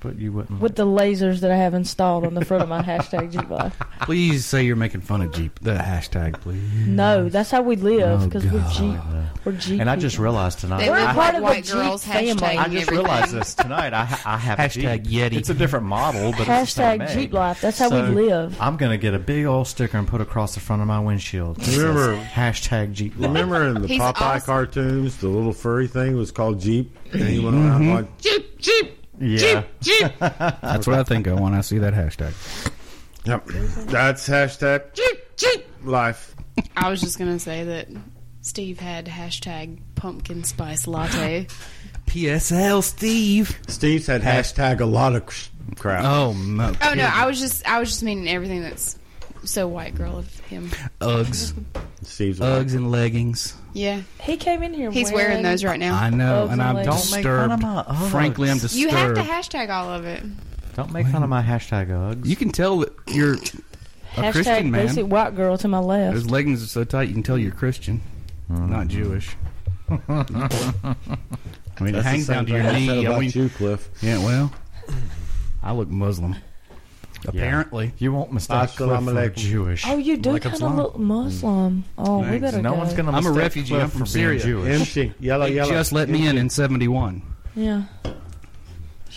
Speaker 1: But you wouldn't.
Speaker 4: with the lasers that I have installed on the front of my hashtag Jeep life.
Speaker 3: please say you're making fun of Jeep. The hashtag, please.
Speaker 4: No, that's how we live because we're
Speaker 1: Oh, God.
Speaker 4: Jeep. We're Jeep.
Speaker 1: and I just
Speaker 4: people.
Speaker 1: realized tonight.
Speaker 5: They
Speaker 4: We're
Speaker 5: look
Speaker 1: I-
Speaker 4: part
Speaker 5: like
Speaker 4: of a
Speaker 5: white
Speaker 4: Jeep
Speaker 5: girls
Speaker 4: family.
Speaker 5: hashtag
Speaker 4: I
Speaker 1: I just
Speaker 5: everything.
Speaker 1: realized this tonight. I, ha- I have a
Speaker 3: Hashtag
Speaker 1: Jeep.
Speaker 3: Yeti.
Speaker 1: It's a different model, but it's the same
Speaker 4: Hashtag
Speaker 1: egg.
Speaker 4: Jeep life. That's how we
Speaker 1: So,
Speaker 4: live.
Speaker 1: I'm gonna get a big old sticker and put across the front of my windshield. that says,
Speaker 2: Remember-
Speaker 1: hashtag Jeep life.
Speaker 2: Remember in the
Speaker 5: He's
Speaker 2: Popeye
Speaker 5: awesome.
Speaker 2: cartoons, the little furry thing was called Jeep, and he went around like
Speaker 1: Yeah.
Speaker 3: That's what I think of when I see that hashtag.
Speaker 2: Yep. That's hashtag life.
Speaker 5: I was just gonna say that Steve had hashtag pumpkin spice latte.
Speaker 3: PSL Steve.
Speaker 2: Steve said hashtag a lot of cr- crap.
Speaker 3: Oh, no.
Speaker 5: Oh no, I was just I was just meaning everything that's so white girl of him.
Speaker 3: Uggs.
Speaker 2: Steve's
Speaker 3: Uggs and leggings.
Speaker 5: Yeah,
Speaker 4: He came in here.
Speaker 5: he's wearing those right now.
Speaker 3: I know, and
Speaker 4: Uggs and
Speaker 3: I'm
Speaker 4: leggings.
Speaker 1: Don't make fun of
Speaker 3: disturbed.
Speaker 1: my Uggs.
Speaker 3: Frankly, I'm disturbed.
Speaker 5: You have to hashtag all of it.
Speaker 1: Don't make fun of my hashtag Uggs.
Speaker 3: You can tell that you're a Christian
Speaker 4: Hashtag
Speaker 3: man.
Speaker 4: basic white girl to my left.
Speaker 3: Those leggings are so tight, you can tell you're Christian, not Jewish. I mean, it hangs down to your
Speaker 2: I said
Speaker 3: knee. I
Speaker 2: about
Speaker 3: mean-
Speaker 2: you, Cliff.
Speaker 3: yeah, well, I look Muslim. Apparently,
Speaker 1: you won't mistake Cliff
Speaker 2: Assalamu
Speaker 1: for
Speaker 2: alaikum.
Speaker 1: Jewish.
Speaker 4: Oh, you do
Speaker 1: Like
Speaker 4: kind of
Speaker 1: Islam.
Speaker 4: look
Speaker 3: Mm.
Speaker 4: Muslim. Oh, we
Speaker 3: Thanks.
Speaker 4: better
Speaker 1: No
Speaker 4: go.
Speaker 1: one's gonna.
Speaker 3: I'm a
Speaker 1: mistake
Speaker 3: refugee.
Speaker 1: Cliff
Speaker 3: I'm from
Speaker 1: for being
Speaker 3: Syria.
Speaker 1: Jewish.
Speaker 2: Empty. Yellow,
Speaker 3: they
Speaker 2: yellow.
Speaker 3: just let me in in '71.
Speaker 4: Yeah.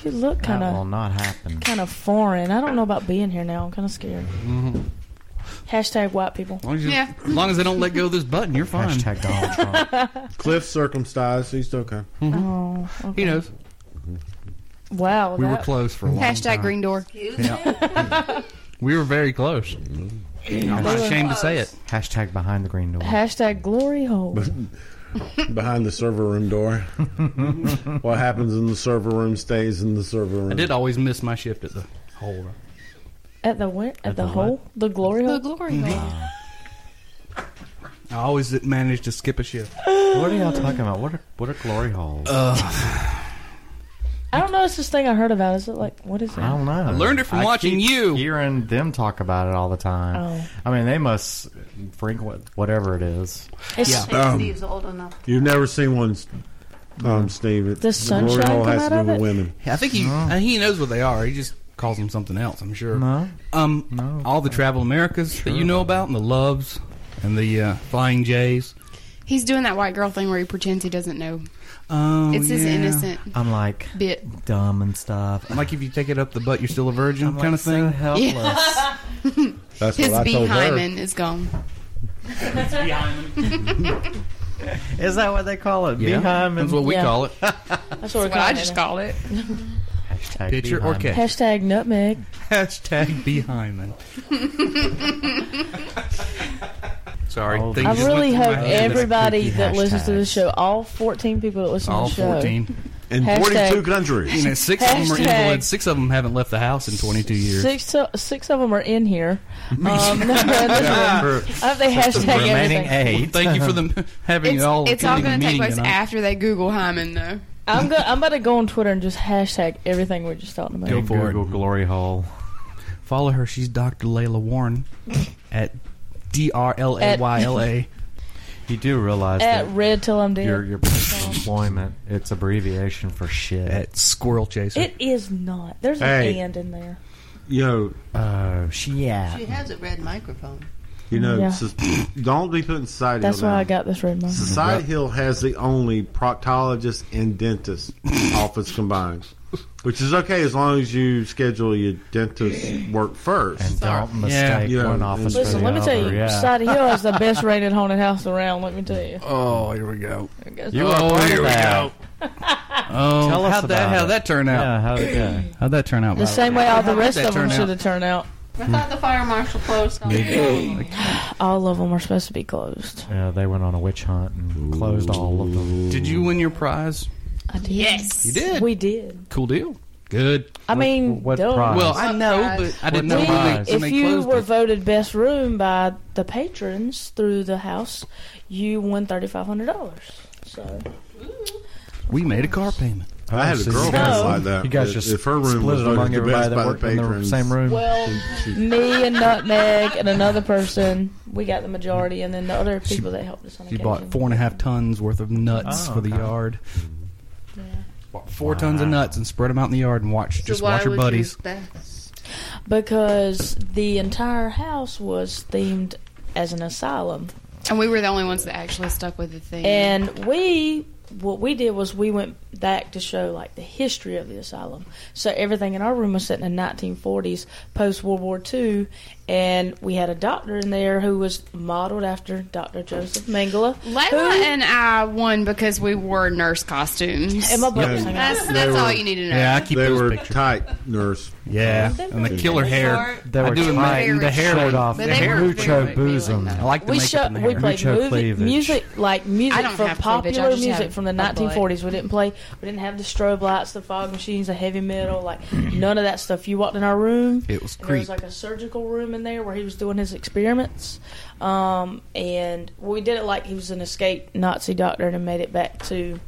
Speaker 4: You look
Speaker 1: That
Speaker 4: kind
Speaker 1: will
Speaker 4: of
Speaker 1: not happen.
Speaker 4: kind of foreign. I don't know about being here now. I'm kind of scared.
Speaker 1: Mm-hmm.
Speaker 4: Hashtag white people.
Speaker 3: As long as, you-
Speaker 5: Yeah.
Speaker 3: as long as they don't let go of this button, you're fine.
Speaker 1: Hashtag Donald Trump.
Speaker 2: Cliff circumcised. He's okay.
Speaker 1: Mm-hmm.
Speaker 4: Oh,
Speaker 3: He knows
Speaker 4: wow.
Speaker 3: we were
Speaker 4: that-
Speaker 3: close for a long
Speaker 5: Hashtag
Speaker 3: time.
Speaker 5: green door.
Speaker 3: We were very close. I'm not ashamed to say it.
Speaker 1: hashtag behind the green door.
Speaker 4: Hashtag glory hole.
Speaker 2: Behind the server room door. what happens in the server room stays in the server room.
Speaker 3: I did always miss my shift at the hole.
Speaker 4: At the where? At, the,
Speaker 1: the
Speaker 4: hole? The glory
Speaker 5: The
Speaker 4: hole?
Speaker 5: glory hole.
Speaker 3: I always managed to skip a shift. Uh,
Speaker 1: What are y'all talking about? What are what are glory holes?
Speaker 4: I don't know. It's this thing I heard about. Is it like what is it?
Speaker 1: I don't know.
Speaker 8: I learned it from watching
Speaker 1: keep
Speaker 8: you.
Speaker 1: Hearing them talk about it all the time.
Speaker 4: Oh.
Speaker 1: I mean, they must frequent whatever it is.
Speaker 4: It's
Speaker 6: Think Steve's old enough.
Speaker 2: You've never seen one, um, Steve. It,
Speaker 4: Does sunshine
Speaker 2: glory hole
Speaker 4: come
Speaker 2: has
Speaker 4: out
Speaker 2: to
Speaker 4: of
Speaker 2: do with
Speaker 4: it?
Speaker 2: women.
Speaker 3: I think he I think he knows what they are. He just calls them something else. I'm sure.
Speaker 1: No.
Speaker 3: Um, all the Travel Americas that you know about, and the Loves, and the uh, Flying Jays.
Speaker 10: He's doing that white girl thing where he pretends he doesn't know.
Speaker 3: Oh,
Speaker 10: It's his
Speaker 3: yeah.
Speaker 10: innocent
Speaker 1: I'm like
Speaker 10: bit.
Speaker 1: dumb and stuff. I'm
Speaker 3: Like if you take it up the butt, you're still a virgin,
Speaker 1: like,
Speaker 3: kind of
Speaker 1: so
Speaker 3: thing.
Speaker 1: helpless.
Speaker 2: That's
Speaker 10: His
Speaker 2: what I
Speaker 10: bee
Speaker 2: told her.
Speaker 10: hymen is gone.
Speaker 1: Is that what they call it?
Speaker 3: Yeah.
Speaker 1: Behind
Speaker 3: That's
Speaker 1: and
Speaker 3: what we
Speaker 4: Yeah.
Speaker 3: call it.
Speaker 4: That's what, we're
Speaker 10: What I
Speaker 4: calling
Speaker 10: just
Speaker 4: it.
Speaker 10: call it.
Speaker 1: hashtag
Speaker 3: Pitcher or
Speaker 1: behind.
Speaker 3: cat.
Speaker 4: Hashtag nutmeg.
Speaker 3: Hashtag be Hyman. Sorry,
Speaker 1: All
Speaker 3: things
Speaker 1: You
Speaker 4: I
Speaker 1: these-
Speaker 3: just went
Speaker 4: really
Speaker 3: through my
Speaker 4: hope
Speaker 3: head.
Speaker 4: everybody
Speaker 1: Cookie
Speaker 4: that listens to this
Speaker 1: hashtags.
Speaker 4: show, all 14 people that listen
Speaker 3: all
Speaker 4: to the show,
Speaker 3: fourteen.
Speaker 2: In
Speaker 4: Hashtag-
Speaker 2: 42 countries.
Speaker 3: You know, six of them are
Speaker 4: Hashtag-
Speaker 3: invalids. Six of them haven't left the house in 22 years.
Speaker 4: Six, to, six of them are in here. Um, I
Speaker 3: For-
Speaker 4: hope they hashtag
Speaker 1: Remaining
Speaker 4: everything.
Speaker 1: eight.
Speaker 3: Thank you for them having
Speaker 10: It's,
Speaker 3: it all.
Speaker 10: it's all going to take
Speaker 3: attending the meeting
Speaker 10: place
Speaker 3: tonight.
Speaker 10: after they Google hymen, though.
Speaker 4: I'm, go- I'm about to go on Twitter and just hashtag everything we're just talking about.
Speaker 3: Go for it.
Speaker 1: Google glory hole.
Speaker 3: Follow her. She's Dr. Layla Warren at D R L A Y L A.
Speaker 1: You do realize
Speaker 4: At
Speaker 1: that
Speaker 4: red till I'm dead.
Speaker 1: your your place of employment it's abbreviation for shit.
Speaker 3: At Squirrel Chaser.
Speaker 4: it is not. There's
Speaker 2: Hey.
Speaker 4: an and in there.
Speaker 2: Yo,
Speaker 1: Oh, shit.
Speaker 9: She has a red microphone.
Speaker 2: you know,
Speaker 4: Yeah.
Speaker 2: sus- don't be putting Society
Speaker 4: That's
Speaker 2: Hill
Speaker 4: why I
Speaker 2: down.
Speaker 4: got this red mark.
Speaker 2: Society Hill has the only proctologist and dentist office combined, which is okay as long as you schedule your dentist work
Speaker 1: And
Speaker 2: first.
Speaker 1: don't mistake
Speaker 2: Yeah.
Speaker 1: one office for
Speaker 4: Listen,
Speaker 1: the
Speaker 4: let me
Speaker 1: other.
Speaker 4: tell you,
Speaker 1: yeah.
Speaker 4: Society Hill has the best rated haunted house around. Let me tell you.
Speaker 3: oh, here we go.
Speaker 1: You are part of that.
Speaker 3: Oh,
Speaker 1: Tell us
Speaker 3: how'd that,
Speaker 1: about
Speaker 3: how
Speaker 1: it.
Speaker 3: that turn out?
Speaker 1: Yeah, how, yeah.
Speaker 3: How'd that turn out?
Speaker 4: the same way all the rest
Speaker 3: that
Speaker 4: of them
Speaker 3: turn
Speaker 4: should
Speaker 3: out?
Speaker 4: have turned out.
Speaker 6: I thought the fire marshal closed.
Speaker 4: All of them are supposed to be closed.
Speaker 1: yeah, they went on a witch hunt and closed all of them.
Speaker 3: Did you win your prize?
Speaker 10: Yes.
Speaker 3: You did.
Speaker 4: We did.
Speaker 3: cool deal. Good.
Speaker 4: I mean,
Speaker 1: what
Speaker 4: duh.
Speaker 1: prize?
Speaker 3: Well, I know, but I didn't know
Speaker 4: We,
Speaker 1: What
Speaker 3: when
Speaker 1: prize?
Speaker 3: they, when
Speaker 4: if
Speaker 3: they
Speaker 4: you
Speaker 3: closed
Speaker 4: were
Speaker 3: it.
Speaker 4: voted best room by the patrons through the house, you won thirty five hundred dollars. So
Speaker 3: We made a car payment.
Speaker 2: I had a girl
Speaker 4: So-
Speaker 2: like that.
Speaker 1: You guys
Speaker 2: If-
Speaker 1: just
Speaker 2: if her room
Speaker 1: split
Speaker 2: was
Speaker 1: it
Speaker 2: voted
Speaker 1: among
Speaker 2: the
Speaker 1: everybody
Speaker 2: best by
Speaker 1: that
Speaker 2: the
Speaker 1: worked in the
Speaker 2: patrons.
Speaker 1: same room.
Speaker 4: well, me and Nutmeg and another person, we got the majority, and then the other people that helped us on
Speaker 3: She
Speaker 4: occasion.
Speaker 3: bought four and a half tons worth of nuts
Speaker 1: Oh,
Speaker 3: for the
Speaker 1: okay.
Speaker 3: yard. Bought four tons of nuts and spread them out in the yard and watch. just watch your buddies.
Speaker 4: because the entire house was themed as an asylum.
Speaker 10: And we were the only ones that actually stuck with the thing.
Speaker 4: And we, what we did was we went back to show like the history of the asylum. So everything in our room was set in the 1940s, post World War II, and we had a doctor in there who was modeled after Dr. Joseph Mengele.
Speaker 10: Layla
Speaker 4: who-
Speaker 10: and I won because we wore nurse costumes.
Speaker 4: and my brother's
Speaker 2: Yeah.
Speaker 10: that's
Speaker 2: They
Speaker 10: that's all
Speaker 2: were-
Speaker 10: you need to know.
Speaker 3: Yeah, I keep
Speaker 2: They
Speaker 3: those
Speaker 2: were
Speaker 3: pictures.
Speaker 2: tight, nurse.
Speaker 3: Yeah,
Speaker 4: They
Speaker 3: and the
Speaker 4: were
Speaker 3: killer
Speaker 4: really
Speaker 3: hair.
Speaker 9: short.
Speaker 1: They
Speaker 3: I
Speaker 1: were
Speaker 3: do
Speaker 1: tight.
Speaker 3: admire the hair.
Speaker 1: showed off
Speaker 10: But
Speaker 1: the
Speaker 10: they were very
Speaker 1: mucho
Speaker 10: revealing,
Speaker 1: bosom.
Speaker 10: though.
Speaker 3: I like the
Speaker 4: we
Speaker 3: makeup
Speaker 4: showed
Speaker 3: and the
Speaker 4: we
Speaker 3: hair.
Speaker 4: played
Speaker 1: Mucho
Speaker 4: movie,
Speaker 1: cleavage.
Speaker 4: music like music
Speaker 10: I don't
Speaker 4: from
Speaker 10: have cleavage, I just
Speaker 4: popular
Speaker 10: have
Speaker 4: music from the
Speaker 10: a butt.
Speaker 4: 1940s. We didn't play we didn't have the strobe lights, the fog machines, the heavy metal, like none of that stuff. You walked in our room.
Speaker 3: It was
Speaker 4: and there was
Speaker 3: creep.
Speaker 4: like a surgical room in there where he was doing his experiments, um, and we did it like he was an escaped Nazi doctor and then made it back to.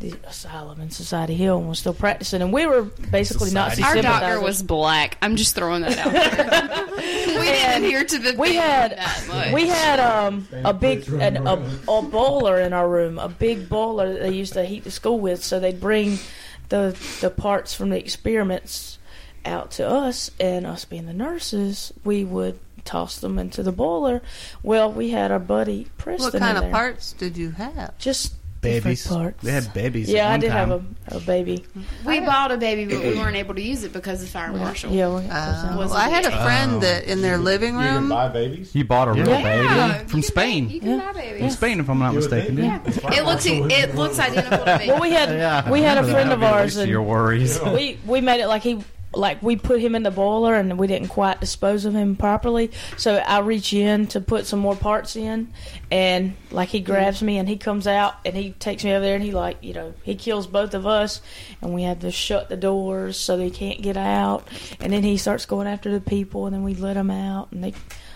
Speaker 4: The asylum in Society Hill, and was still practicing, and we were basically Nazi
Speaker 10: Our doctor
Speaker 4: sympathizers.
Speaker 10: was black. I'm just throwing that out there. we didn't adhere to the
Speaker 4: We
Speaker 10: theme
Speaker 4: had-
Speaker 10: that much.
Speaker 4: We had um, a big an, a, a bowler in our room, a big bowler that they used to heat the school with. So they'd bring the the parts from the experiments out to us, and us being the nurses, we would toss them into the boiler. Well, we had our buddy Preston.
Speaker 6: What
Speaker 4: in
Speaker 6: kind of
Speaker 4: there.
Speaker 6: parts did you have?
Speaker 4: Just
Speaker 3: babies.
Speaker 4: different parts.
Speaker 3: They had babies.
Speaker 4: yeah,
Speaker 3: at
Speaker 4: I
Speaker 3: one
Speaker 4: did
Speaker 3: time.
Speaker 4: have a, a baby.
Speaker 10: we bought a baby, but we weren't able to use it because of fire marshal.
Speaker 4: Yeah, we
Speaker 6: Uh,
Speaker 4: got
Speaker 10: Was
Speaker 6: well, I
Speaker 10: it-
Speaker 6: had a friend
Speaker 3: Oh.
Speaker 6: that in their living
Speaker 2: You can
Speaker 6: room.
Speaker 2: buy babies.
Speaker 1: You bought a real baby.
Speaker 10: Yeah,
Speaker 3: From
Speaker 10: you can
Speaker 3: Spain.
Speaker 10: buy- You can buy babies.
Speaker 3: In Spain, if I'm not mistaken. didn't
Speaker 10: Yeah. It looks e-, it looks identical to me.
Speaker 4: well, we had
Speaker 1: Yeah.
Speaker 4: we had a friend of ours,
Speaker 1: Least of
Speaker 4: and
Speaker 1: your worries.
Speaker 4: we we made it like he like we put him in the boiler and we didn't quite dispose of him properly so i reach in to put some more parts in and like he grabs me and he comes out and he takes me over there and he like you know he kills both of us and we have to shut the doors so they can't get out and then he starts going after the people and then we let them out and they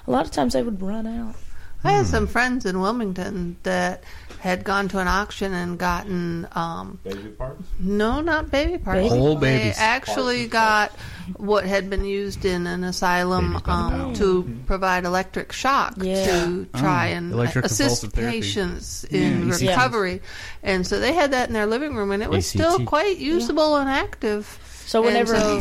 Speaker 4: a lot of times they would run out
Speaker 6: I
Speaker 3: Hmm.
Speaker 6: had some friends in Wilmington that had gone to an auction and gotten um,
Speaker 2: baby parts.
Speaker 6: No, not baby parts.
Speaker 3: Whole
Speaker 6: they
Speaker 3: babies.
Speaker 6: actually got what had been used in an asylum um, to
Speaker 2: Mm-hmm.
Speaker 6: provide electric shock to try
Speaker 3: Oh.
Speaker 6: and
Speaker 3: Electric convulsive
Speaker 6: assist
Speaker 3: therapy.
Speaker 6: patients
Speaker 3: Yeah,
Speaker 6: in
Speaker 3: ECT.
Speaker 6: recovery. And so they had that in their living room, and it was still
Speaker 3: ECT.
Speaker 6: quite usable and active.
Speaker 4: So
Speaker 6: And
Speaker 4: whenever-
Speaker 6: so-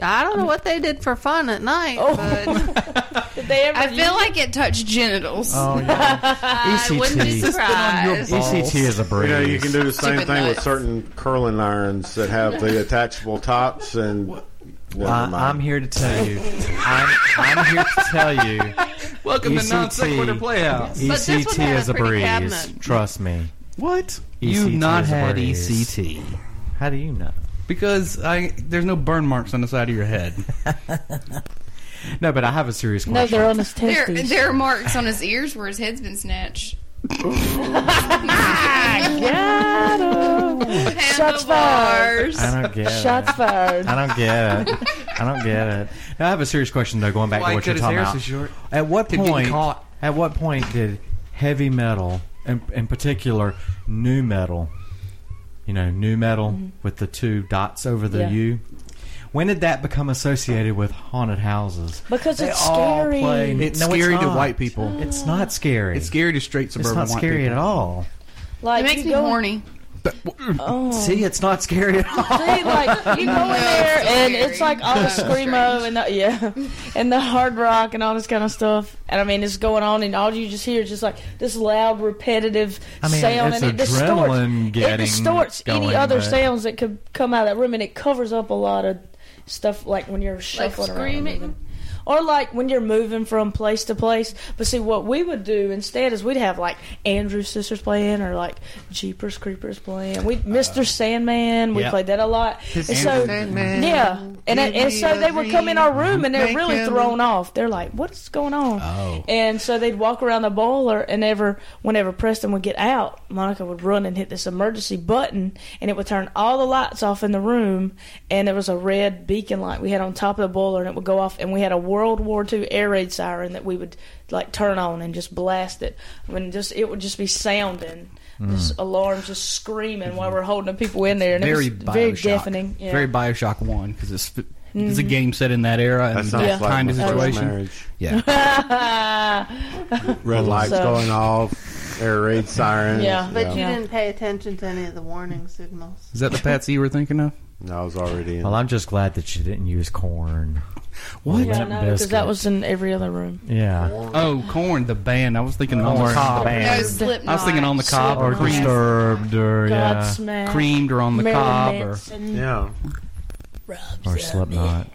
Speaker 6: I don't know what they did for fun at night,
Speaker 3: Oh.
Speaker 6: but
Speaker 5: I feel like it touched genitals.
Speaker 1: Oh, yeah. E
Speaker 5: I wouldn't be
Speaker 1: ECT.
Speaker 5: surprised.
Speaker 1: ECT E is a breeze.
Speaker 2: You know, you can do the same
Speaker 5: Stupid
Speaker 2: thing with
Speaker 5: nuts.
Speaker 2: certain curling irons that have the attachable tops and. Never
Speaker 1: I,
Speaker 2: mind.
Speaker 1: Uh, I'm here to tell you. I'm, I'm here to tell you.
Speaker 11: Welcome
Speaker 3: E
Speaker 11: to
Speaker 1: ECT
Speaker 11: Non Sequitur Playhouse.
Speaker 6: But this one
Speaker 1: ECT
Speaker 6: had a
Speaker 1: is a
Speaker 6: pretty
Speaker 1: breeze.
Speaker 6: cabinet.
Speaker 1: Trust me.
Speaker 3: What?
Speaker 1: ECT
Speaker 3: You've not
Speaker 1: is a
Speaker 3: had E
Speaker 1: breeze.
Speaker 3: ECT
Speaker 1: How do you know?
Speaker 3: because I there's no burn marks on the side of your head.
Speaker 1: No, but I have a serious
Speaker 4: No,
Speaker 1: question.
Speaker 4: they're on his
Speaker 5: There,
Speaker 4: testes.
Speaker 5: there are marks on his ears where his head's been snatched.
Speaker 4: Got him. Shots fired.
Speaker 1: I don't get
Speaker 4: Shots
Speaker 1: it.
Speaker 4: fired.
Speaker 1: I don't get it. I don't get it. Now, I have a serious question though. Going back
Speaker 11: Why
Speaker 1: to what
Speaker 11: cut
Speaker 1: you're
Speaker 11: his
Speaker 1: talking
Speaker 11: hair
Speaker 1: about.
Speaker 11: so short?
Speaker 1: At what
Speaker 11: Kept getting
Speaker 1: point?
Speaker 11: caught.
Speaker 1: At what point did heavy metal, and in particular new metal, you know, new metal with the two dots over the
Speaker 4: Mm-hmm. Yeah.
Speaker 1: U? When did that become associated with haunted houses?
Speaker 4: Because
Speaker 1: They
Speaker 4: it's
Speaker 1: all
Speaker 4: scary.
Speaker 1: play-
Speaker 3: It's
Speaker 1: No,
Speaker 3: scary to
Speaker 1: not.
Speaker 3: white people.
Speaker 1: It's not scary.
Speaker 3: It's scary to straight
Speaker 1: It's
Speaker 3: suburban
Speaker 1: not
Speaker 3: white
Speaker 1: scary
Speaker 3: people.
Speaker 1: at all. Oh,
Speaker 4: Like
Speaker 5: It
Speaker 4: you
Speaker 5: makes me
Speaker 4: go-
Speaker 5: horny.
Speaker 4: Oh.
Speaker 1: See, it's not scary at all.
Speaker 4: See, like you go in there
Speaker 5: it's so
Speaker 4: and
Speaker 5: scary.
Speaker 4: it's like all the
Speaker 5: So
Speaker 4: screamo and the, yeah, and the hard rock and all this kind of stuff. And I mean, it's going on, and all you just hear is just like this loud, repetitive
Speaker 1: I mean,
Speaker 4: sound,
Speaker 1: it's
Speaker 4: and it
Speaker 1: adrenaline
Speaker 4: distorts.
Speaker 1: getting
Speaker 4: it distorts
Speaker 1: going,
Speaker 4: any other
Speaker 1: but-
Speaker 4: sounds that could come out of that room, and it covers up a lot of stuff, like when you're shuffling around and
Speaker 6: screaming?
Speaker 4: moving. Or like when you're moving from place to place. But see, what we would do instead is we'd have like Andrew Sisters playing, or like Jeepers Creepers playing. We Mr. Sandman. We
Speaker 1: yeah.
Speaker 4: played that a lot. And so
Speaker 6: Sandman.
Speaker 4: yeah, and
Speaker 6: Give
Speaker 4: and
Speaker 6: me
Speaker 4: so
Speaker 6: a
Speaker 4: they would come in our room and they're
Speaker 6: Make
Speaker 4: really
Speaker 6: him-
Speaker 4: thrown off. They're like, "What's going on?"
Speaker 3: Oh.
Speaker 4: And so they'd walk around the boiler, and ever whenever Preston would get out, Monica would run and hit this emergency button, and it would turn all the lights off in the room. And there was a red beacon light we had on top of the boiler, and it would go off. And we had a World War II air raid siren that we would like turn on and just blast it. When just it would just be sounding. This alarm just screaming while we're holding the people in there, and
Speaker 3: Mm. Very
Speaker 4: it was very
Speaker 3: Bioshock.
Speaker 4: deafening. Yeah.
Speaker 3: Very Bioshock One because it's it's
Speaker 1: Mm.
Speaker 3: a game set in that era and
Speaker 2: that
Speaker 3: that,
Speaker 2: sounds like
Speaker 3: kind
Speaker 2: my
Speaker 3: of
Speaker 2: first
Speaker 3: situation.
Speaker 2: marriage.
Speaker 3: Yeah.
Speaker 2: Red lights
Speaker 4: So-
Speaker 2: going off, air raid sirens.
Speaker 4: Yeah.
Speaker 6: but you
Speaker 4: Yeah.
Speaker 6: didn't pay attention to any of the warning signals.
Speaker 3: Is that the Patsy you were thinking of?
Speaker 2: I was already in.
Speaker 4: Mm.
Speaker 1: Well, I'm just glad that you didn't use corn.
Speaker 3: What?
Speaker 4: Yeah,
Speaker 1: Limp
Speaker 4: no, because that
Speaker 1: Bizkit.
Speaker 4: was in every other room.
Speaker 1: Yeah.
Speaker 3: Oh, Corn, the band. I was thinking on the
Speaker 1: Corn,
Speaker 3: cob.
Speaker 1: the band.
Speaker 5: No,
Speaker 1: And-
Speaker 5: Slipknot.
Speaker 3: I was thinking on the cob
Speaker 1: Or
Speaker 3: or cream,
Speaker 1: disturbed, or yeah,
Speaker 4: Godsmack,
Speaker 3: creamed, or on the
Speaker 4: Marilyn
Speaker 3: cob, or
Speaker 4: Manson,
Speaker 2: Yeah.
Speaker 1: or Slipknot.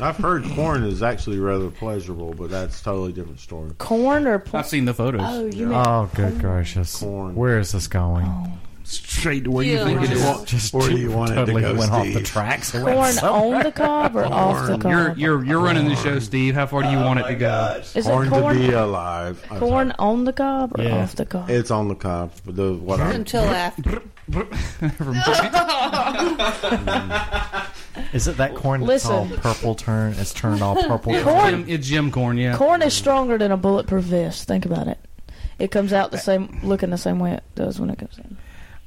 Speaker 2: I've heard corn is actually rather pleasurable, but that's totally different story.
Speaker 4: corn or pl-
Speaker 3: I've seen the photos.
Speaker 4: oh, you meant
Speaker 1: Oh, good gracious!
Speaker 2: Corn.
Speaker 1: Where is this going?
Speaker 3: Oh. Straight to where
Speaker 6: Yeah.
Speaker 3: you think it is.
Speaker 1: Just
Speaker 2: Where do you want it to
Speaker 1: totally
Speaker 2: go,
Speaker 1: went off the
Speaker 2: Steve?
Speaker 1: tracks. It went
Speaker 4: corn
Speaker 1: so-
Speaker 4: on the cob or off the cob?
Speaker 3: You're you're you're running the show, Steve. How far do
Speaker 2: Oh
Speaker 3: you want it to go?
Speaker 4: Is
Speaker 2: Corn
Speaker 4: it
Speaker 2: to be uh,
Speaker 4: corn?
Speaker 2: alive. I'm
Speaker 4: Corn on the cob or
Speaker 3: Yeah.
Speaker 4: off the cob?
Speaker 2: sorry. It's on the cob. The what? I'm,
Speaker 6: Until after.
Speaker 1: Is it that corn that's
Speaker 4: Listen.
Speaker 1: all purple turn? It's turned all purple. turn?
Speaker 4: Corn-
Speaker 3: Jim, it's Jim Corn, yeah.
Speaker 4: Corn is stronger than a bulletproof vest. Think about it. It comes out the same, looking the same way it does when it comes in.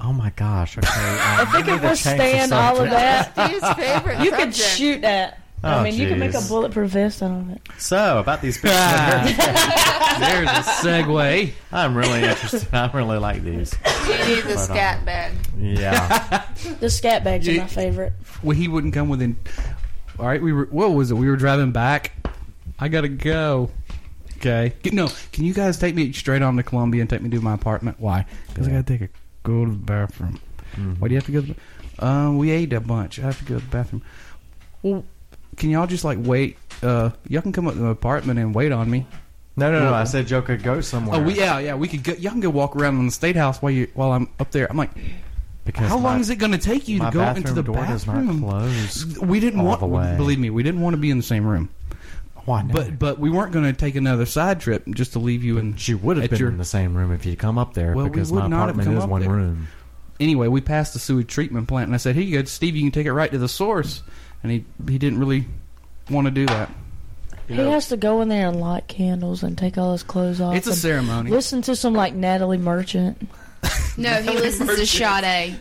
Speaker 1: Oh my gosh! Okay, um,
Speaker 4: If it
Speaker 1: we need to
Speaker 4: could
Speaker 1: change the
Speaker 4: withstand all of
Speaker 1: subject.
Speaker 4: that,
Speaker 6: Steve's favorite
Speaker 4: you could
Speaker 6: subject.
Speaker 4: shoot that.
Speaker 1: Oh,
Speaker 4: I mean, you could make a
Speaker 1: jeez.
Speaker 4: bulletproof vest out of it.
Speaker 1: So about these pictures,
Speaker 3: Ah.
Speaker 1: right here.
Speaker 3: There's a segue.
Speaker 1: I'm really interested. I really like these.
Speaker 6: You need the scat bag.
Speaker 1: Yeah,
Speaker 4: The scat bags are
Speaker 3: You-
Speaker 4: my favorite.
Speaker 3: Well, he wouldn't come within. All right, we were. What was it? We were driving back. I gotta go. Okay. No, can you guys take me straight on to Columbia and take me to my apartment? Why? Because I gotta take a go to the bathroom. Why do you have to go? To the, um, we ate a bunch. I have to go to the bathroom. Well, can y'all just like wait? Uh, y'all can come up to my apartment and wait on me.
Speaker 1: no, no, no. I said Joe could go somewhere.
Speaker 3: Oh, we, yeah, yeah. We could. Go, y'all can go walk around in the state house while you while I'm up there. I'm like,
Speaker 1: Because
Speaker 3: how long
Speaker 1: my-
Speaker 3: is it going to take you
Speaker 1: my
Speaker 3: to go
Speaker 1: bathroom
Speaker 3: into the
Speaker 1: door does not
Speaker 3: bathroom?
Speaker 1: close
Speaker 3: We didn't
Speaker 1: all
Speaker 3: want.
Speaker 1: the way.
Speaker 3: Believe me, we didn't want to be in the same room.
Speaker 1: Why not?
Speaker 3: But but we weren't going to take another side trip just to leave you and
Speaker 1: She would have
Speaker 3: at
Speaker 1: been
Speaker 3: your-
Speaker 1: in the same room if you'd come up there
Speaker 3: Well, we
Speaker 1: because
Speaker 3: would
Speaker 1: my
Speaker 3: not have
Speaker 1: apartment
Speaker 3: come
Speaker 1: is
Speaker 3: up
Speaker 1: one
Speaker 3: there.
Speaker 1: room.
Speaker 3: anyway. We passed the sewage treatment plant, and I said, "Here you go, Steve. You can take it right to the source." And he he didn't really want to do that.
Speaker 4: He
Speaker 2: You know,
Speaker 4: has to go in there and light candles and take all his clothes off.
Speaker 2: It's a
Speaker 4: and
Speaker 2: ceremony.
Speaker 4: Listen to some like Natalie Merchant.
Speaker 5: No, he listens to Sade.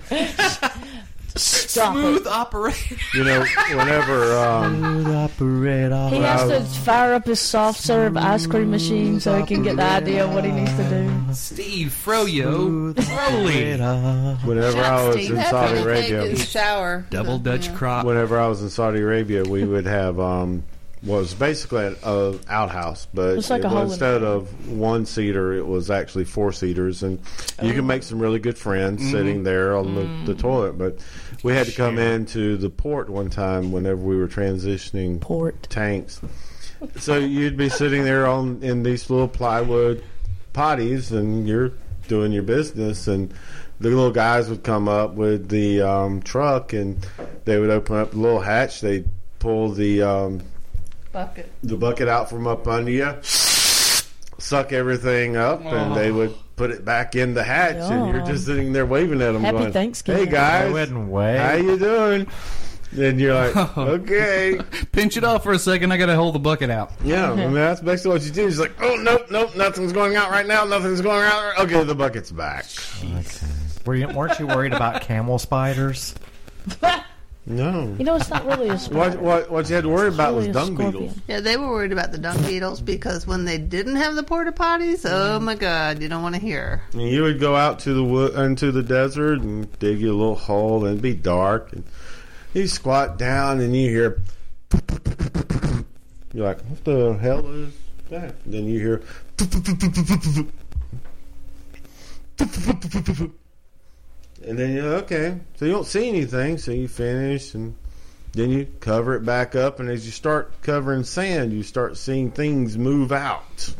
Speaker 4: Stop
Speaker 5: Smooth operator.
Speaker 2: you know, whenever um,
Speaker 4: He has to fire up his soft serve ice cream machine so he can get the idea of what he needs to do.
Speaker 3: Steve Froyo, Broly.
Speaker 2: whenever I was in Saudi Arabia,
Speaker 6: sour.
Speaker 3: Double Dutch crop.
Speaker 2: Whenever I was in Saudi Arabia, we would have um, was basically an uh, outhouse, but
Speaker 4: It's like
Speaker 2: it
Speaker 4: a hole
Speaker 2: was,
Speaker 4: in
Speaker 2: instead of one seater, it was actually four seaters, and you
Speaker 4: Oh.
Speaker 2: can make some really good friends
Speaker 12: Mhm.
Speaker 2: sitting there on the,
Speaker 4: Mm.
Speaker 2: the toilet. But we had to come into the port one time whenever we were transitioning
Speaker 4: port
Speaker 2: tanks. So you'd be sitting there on in these little plywood potties, and you're doing your business, and the little guys would come up with the um, truck, and they would open up the little hatch. They'd pull the um,
Speaker 6: Bucket.
Speaker 2: the bucket out from up under you, suck everything up, and they would put it back in the hatch, and you're
Speaker 4: Yum.
Speaker 2: just sitting there waving at them,
Speaker 4: Happy
Speaker 2: going,
Speaker 4: Thanksgiving.
Speaker 2: "Hey guys,
Speaker 4: Go ahead
Speaker 13: and
Speaker 2: how you doing?" And you're like, okay.
Speaker 3: Pinch it off for a second. I got to hold the bucket out.
Speaker 2: Yeah, I mean, that's basically what you do. She's like, oh, nope, nope, nothing's going out right now. Nothing's going out. Okay, the bucket's back.
Speaker 1: Were you, weren't you worried about camel spiders?
Speaker 2: No.
Speaker 4: You know, it's not really a sport.
Speaker 2: What, what, what you had to worry about was
Speaker 4: really a
Speaker 2: dung
Speaker 4: scorpion.
Speaker 2: beetles.
Speaker 6: Yeah, they were worried about the dung beetles because when they didn't have the porta potties, oh my god, you don't want to hear.
Speaker 2: And you would go out to the wood, into the desert and dig you a little hole, and it'd be dark. And you squat down and you hear, you're like, what the hell is that? And then you hear, and then you're like, okay. So you don't see anything, so you finish and. Then you cover it back up, and as you start covering sand, you start seeing things move out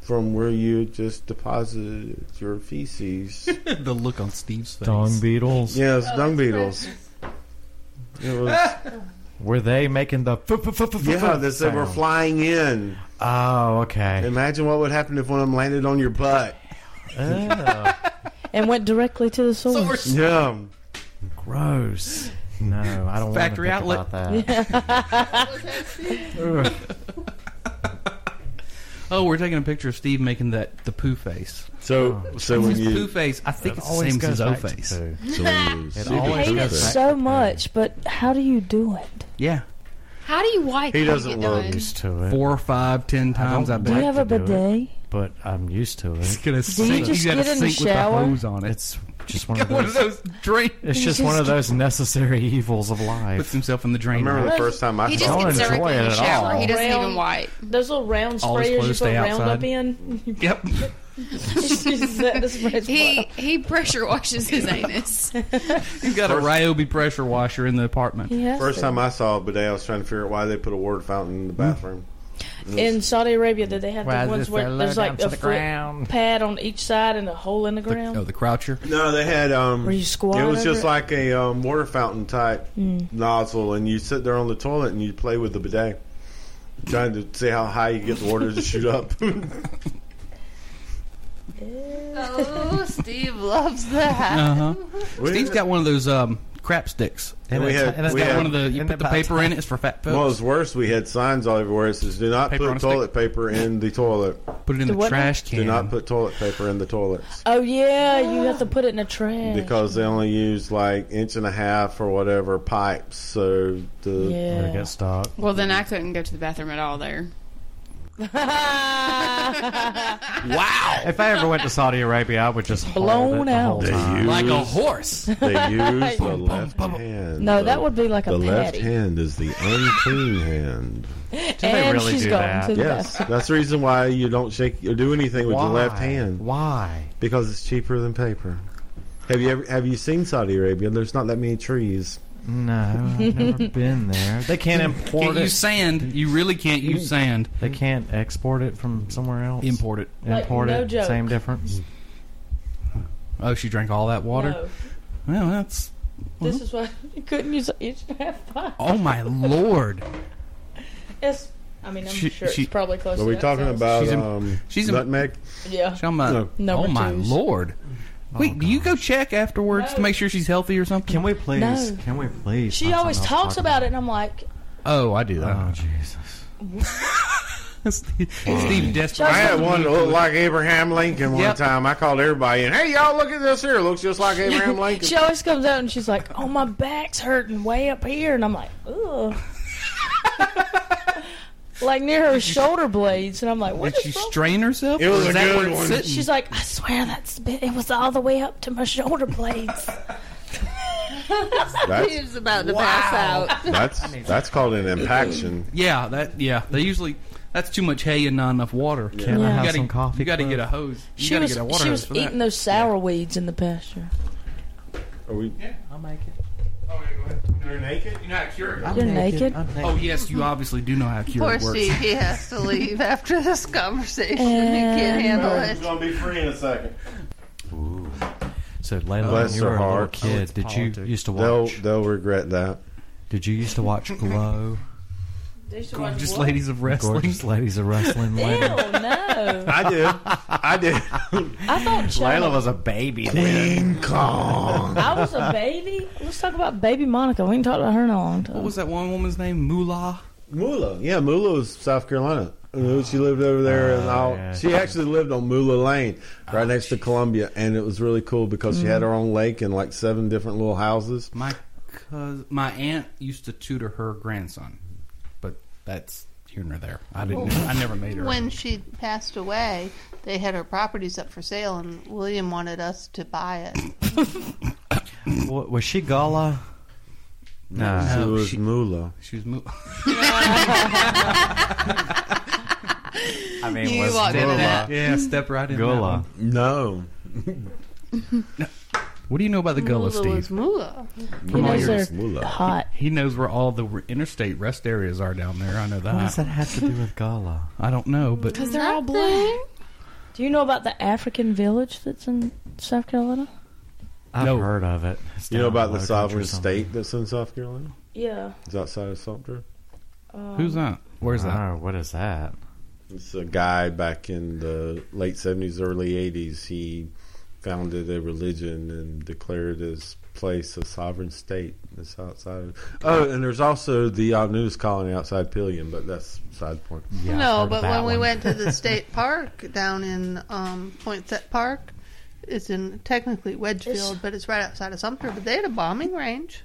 Speaker 2: from where you just deposited your feces.
Speaker 3: the look on Steve's face.
Speaker 1: Dung beetles.
Speaker 2: Yes, dung beetles. It was,
Speaker 1: Were they making the? fu- fu- fu- fu- fu-
Speaker 2: yeah,
Speaker 1: fu-
Speaker 2: that they were
Speaker 1: sound?
Speaker 2: flying in.
Speaker 1: Oh, okay.
Speaker 2: Imagine what would happen if one of them landed on your butt.
Speaker 1: Ah,
Speaker 4: And went directly to the source.
Speaker 2: Yeah.
Speaker 1: Gross. No, I don't want to
Speaker 3: Factory
Speaker 1: think
Speaker 3: outlet.
Speaker 1: about that.
Speaker 3: Ugh. oh, we're taking a picture of Steve making that the poo face.
Speaker 2: So, so
Speaker 3: It's
Speaker 2: when
Speaker 3: his
Speaker 2: you
Speaker 3: poo face, I think
Speaker 1: It
Speaker 3: it's the
Speaker 1: always
Speaker 3: same as his
Speaker 1: goes
Speaker 3: O
Speaker 1: back to
Speaker 3: face.
Speaker 1: poo.
Speaker 2: So when you
Speaker 1: It
Speaker 2: see the
Speaker 4: I
Speaker 1: always
Speaker 4: hate it
Speaker 1: goes back
Speaker 4: so much, but how do you do it?
Speaker 3: Yeah,
Speaker 5: How do you wipe?
Speaker 2: He
Speaker 5: when you
Speaker 2: doesn't
Speaker 5: get
Speaker 2: look.
Speaker 5: done?
Speaker 1: used to it.
Speaker 3: four, five, ten times. I,
Speaker 1: don't
Speaker 4: Do you
Speaker 3: bet.
Speaker 4: have a
Speaker 1: to do it.
Speaker 4: bidet?
Speaker 1: But I'm used to
Speaker 3: It's
Speaker 1: it.
Speaker 3: gonna sink.
Speaker 4: just
Speaker 3: gotta
Speaker 4: get in the
Speaker 3: sink with
Speaker 4: shower?
Speaker 3: the hose on it.
Speaker 1: It's just one of
Speaker 3: One of
Speaker 1: those.
Speaker 3: those drain.
Speaker 1: It's
Speaker 4: You
Speaker 1: just, one
Speaker 4: just
Speaker 1: of those necessary evils of
Speaker 3: Puts
Speaker 1: life.
Speaker 3: himself in the
Speaker 2: I
Speaker 3: drain.
Speaker 2: remember the first time I
Speaker 5: He
Speaker 2: saw
Speaker 5: just
Speaker 1: don't
Speaker 5: gets
Speaker 2: it.
Speaker 1: enjoy
Speaker 5: everything in
Speaker 1: it
Speaker 5: the
Speaker 1: at
Speaker 5: shower.
Speaker 1: all.
Speaker 5: He doesn't
Speaker 4: Round-
Speaker 5: even wipe.
Speaker 4: Those little round
Speaker 3: All his
Speaker 4: sprayers you
Speaker 3: clothes
Speaker 4: put
Speaker 3: stay
Speaker 4: round up
Speaker 3: outside.
Speaker 4: in.
Speaker 3: Yep.
Speaker 4: Just use that to spray
Speaker 5: He he pressure washes his anus.
Speaker 3: He's got a
Speaker 2: First-
Speaker 3: Ryobi pressure washer in the apartment.
Speaker 4: He has
Speaker 2: First
Speaker 4: to.
Speaker 2: time I saw it, but I was trying to figure out why they put a water fountain in the bathroom.
Speaker 4: in Saudi Arabia, did they have
Speaker 1: Why
Speaker 4: the
Speaker 1: does
Speaker 4: ones
Speaker 1: it
Speaker 4: where
Speaker 1: fall
Speaker 4: there's
Speaker 1: down
Speaker 4: like
Speaker 1: to
Speaker 4: a
Speaker 1: the
Speaker 4: foot
Speaker 1: ground?
Speaker 4: pad on each side and a hole in the ground?
Speaker 3: Oh, the croucher.
Speaker 2: No, they had um.
Speaker 4: Were you squat
Speaker 2: It was
Speaker 4: over
Speaker 2: just
Speaker 4: it? Hmm.
Speaker 2: like a um, water fountain type nozzle, and you sit there on the toilet and you play with the bidet, trying to see how high you get the water to shoot up.
Speaker 6: Oh, Steve loves that.
Speaker 3: Uh huh.
Speaker 2: We-
Speaker 3: Steve's got one of those um, crap sticks.
Speaker 2: And we had-
Speaker 3: It's
Speaker 2: we
Speaker 3: got
Speaker 2: had-
Speaker 3: one of the. You
Speaker 1: and
Speaker 3: put the
Speaker 1: about-
Speaker 3: paper in it. It's for fat
Speaker 2: What
Speaker 3: folks.
Speaker 2: was worse, we had signs all everywhere that says, "Do not
Speaker 3: Paper on a
Speaker 2: put
Speaker 3: stick.
Speaker 2: toilet paper in the toilet.
Speaker 3: put it in
Speaker 4: The
Speaker 3: the,
Speaker 4: what now?
Speaker 3: trash can.
Speaker 2: Do not put toilet paper in the toilets
Speaker 4: Oh yeah, you have to put it in a trash.
Speaker 2: because they only use like inch and a half or whatever pipes. So the
Speaker 1: Where it
Speaker 4: yeah.
Speaker 1: gets stuck.
Speaker 5: Well, then I couldn't go to the bathroom at all there.
Speaker 3: Wow.
Speaker 1: If I ever went to Saudi Arabia, I would just hold
Speaker 4: Blown
Speaker 1: it the whole
Speaker 4: out.
Speaker 1: time.
Speaker 2: they use
Speaker 3: Like a horse.
Speaker 2: they use the left hand.
Speaker 4: no,
Speaker 2: The-
Speaker 4: that would be like a
Speaker 2: the left
Speaker 4: patty.
Speaker 2: hand is the unclean hand.
Speaker 1: they
Speaker 4: and
Speaker 1: really
Speaker 4: she's
Speaker 1: do
Speaker 4: gone
Speaker 1: that?
Speaker 4: to the
Speaker 2: Yes, that's the reason why you don't shake or do anything with
Speaker 1: Why?
Speaker 2: your left hand
Speaker 1: Why?
Speaker 2: because it's cheaper than paper. Have you ever have you seen Saudi Arabia? There's not that many trees.
Speaker 1: No, I've never been there. They can't import
Speaker 3: Can't
Speaker 1: it.
Speaker 3: use sand. You really can't use sand.
Speaker 1: They can't export it from somewhere else.
Speaker 3: Import it.
Speaker 4: Like,
Speaker 1: Import
Speaker 4: no
Speaker 1: it.
Speaker 4: joke.
Speaker 1: Same difference.
Speaker 3: Oh, she drank all that water.
Speaker 4: No.
Speaker 3: Well, that's.
Speaker 4: This is why you couldn't use an inch and a half pipe.
Speaker 3: Oh my lord.
Speaker 4: It's, I mean, I'm
Speaker 3: She-
Speaker 4: sure
Speaker 3: she-
Speaker 4: it's probably close.
Speaker 2: Are
Speaker 4: to
Speaker 2: we
Speaker 4: that
Speaker 2: talking
Speaker 4: size.
Speaker 2: about
Speaker 3: She's in-
Speaker 2: um,
Speaker 3: she's in-
Speaker 2: nutmeg?
Speaker 4: Yeah.
Speaker 3: Talking about-
Speaker 2: No.
Speaker 4: Number
Speaker 3: oh my
Speaker 4: twos.
Speaker 3: lord. Wait, do you go check afterwards to
Speaker 4: No.
Speaker 3: make sure she's healthy or something?
Speaker 1: Can we please?
Speaker 4: No.
Speaker 1: Can we please?
Speaker 4: She
Speaker 1: find
Speaker 4: always
Speaker 1: something else to
Speaker 4: talks
Speaker 1: talk
Speaker 4: about it, and I'm like,
Speaker 3: Oh, I do that.
Speaker 1: Oh Jesus!
Speaker 3: Steve desperate.
Speaker 2: I had one that looked like Abraham Lincoln one
Speaker 3: Yep.
Speaker 2: time. I called everybody and hey, y'all, look at this here. It looks just like Abraham Lincoln.
Speaker 4: she always comes out and she's like, "Oh, my back's hurting way up here," and I'm like, "Ugh." like near her shoulder blades, and I'm like, "What?"
Speaker 3: Did she strain herself?
Speaker 2: It
Speaker 3: or
Speaker 2: was
Speaker 3: is
Speaker 2: a
Speaker 3: that
Speaker 2: good
Speaker 3: where it's
Speaker 2: one.
Speaker 4: the-"
Speaker 3: sitting?
Speaker 4: She's like, "I swear that's bit- it was all the way up to my shoulder blades."
Speaker 2: That's-
Speaker 9: was about to pass out.
Speaker 2: That's that's called an impaction.
Speaker 3: yeah, that yeah. They usually that's too much hay and not enough water.
Speaker 1: Can I
Speaker 3: you
Speaker 1: have
Speaker 3: gotta,
Speaker 1: some coffee,
Speaker 3: You got to get a
Speaker 1: please?
Speaker 3: hose. You
Speaker 4: she
Speaker 3: gotta
Speaker 4: was
Speaker 3: get a water
Speaker 4: she
Speaker 3: hose
Speaker 4: was
Speaker 3: for
Speaker 4: eating
Speaker 3: that.
Speaker 4: those sour weeds in the pasture.
Speaker 2: Are we?
Speaker 7: I'll make it.
Speaker 3: Oh, yeah, go ahead.
Speaker 2: You're naked.
Speaker 3: You're not cured.
Speaker 7: I'm
Speaker 4: You're naked?
Speaker 7: I'm naked.
Speaker 3: Oh yes, you obviously do know how cure
Speaker 6: Poor
Speaker 3: works.
Speaker 6: Steve, he has to leave after this conversation. he can't handle
Speaker 2: He's
Speaker 6: it.
Speaker 2: gonna be free in a second.
Speaker 7: So Layla,
Speaker 2: Bless
Speaker 7: when you were
Speaker 2: her
Speaker 7: a little
Speaker 2: heart.
Speaker 7: kid,
Speaker 1: Oh,
Speaker 7: did
Speaker 1: it's
Speaker 7: you
Speaker 1: politics.
Speaker 7: used to
Speaker 2: They'll
Speaker 7: watch?
Speaker 2: they'll regret that.
Speaker 7: Did you used to watch Glow?
Speaker 3: Gorgeous ladies of wrestling.
Speaker 7: Gorgeous ladies of wrestling.
Speaker 4: Ew,
Speaker 7: Layla.
Speaker 4: no!
Speaker 2: I did. I did.
Speaker 4: I thought
Speaker 7: Layla
Speaker 4: Charlotte,
Speaker 7: was a baby. then.
Speaker 2: King Kong.
Speaker 4: I was a baby. Let's talk about baby Monica. We can talk about her in a long
Speaker 3: What
Speaker 4: time.
Speaker 3: was that one woman's name? Moolah.
Speaker 2: Mula, yeah, Mula was South Carolina. And She lived over there, and all.
Speaker 7: yeah.
Speaker 2: She actually lived on Mula Lane, right next to Columbia, and it was really cool because she had her own lake and like seven different little houses.
Speaker 3: My cous my aunt used to tutor her grandson, but that's here nor there. I didn't. I never made her.
Speaker 6: When she passed away, they had her properties up for sale, and William wanted us to buy it.
Speaker 7: Wa- was she Gala? No.
Speaker 2: it
Speaker 3: Oh,
Speaker 2: was
Speaker 3: she-
Speaker 2: Mula.
Speaker 3: she was mo-
Speaker 7: I mean,
Speaker 10: You
Speaker 7: was
Speaker 10: walked into
Speaker 7: Gala.
Speaker 10: that.
Speaker 3: yeah, step right in. that
Speaker 7: Gala.
Speaker 3: one.
Speaker 2: No,
Speaker 3: What do you know about the Gullah,
Speaker 6: Mula was
Speaker 3: Steve?
Speaker 6: Mula.
Speaker 4: He
Speaker 3: From all
Speaker 4: knows
Speaker 3: your,
Speaker 4: they're
Speaker 2: Moolah.
Speaker 4: hot.
Speaker 3: he knows where all the r- interstate rest areas are down there. I know
Speaker 7: What does
Speaker 3: that.
Speaker 7: that have to do with Gala?
Speaker 3: I don't know, but
Speaker 10: Because they're all black.
Speaker 6: Nothing.
Speaker 4: Do you know about the African village that's in South Carolina?
Speaker 7: I've
Speaker 3: No.
Speaker 7: heard of it. It's
Speaker 2: you know
Speaker 7: down in
Speaker 2: about
Speaker 7: Low
Speaker 2: the
Speaker 7: Country
Speaker 2: sovereign
Speaker 7: somewhere.
Speaker 2: state that's in South Carolina?
Speaker 4: Yeah.
Speaker 2: It's outside of Sumter.
Speaker 3: who's that? Where's that?
Speaker 7: Oh, what is that?
Speaker 2: It's a guy back in the late seventies, early eighties. He founded a religion and declared his place a sovereign state. It's outside. Of, oh, and there's also the uh, news colony outside Pillion, but that's side point.
Speaker 7: Yeah, I've heard
Speaker 6: no,
Speaker 7: of
Speaker 6: but
Speaker 7: that
Speaker 6: when we
Speaker 7: one.
Speaker 6: went to the state park down in um, Poinsett Park, it's in technically Wedgefield, but it's right outside of Sumter. But they had a bombing range.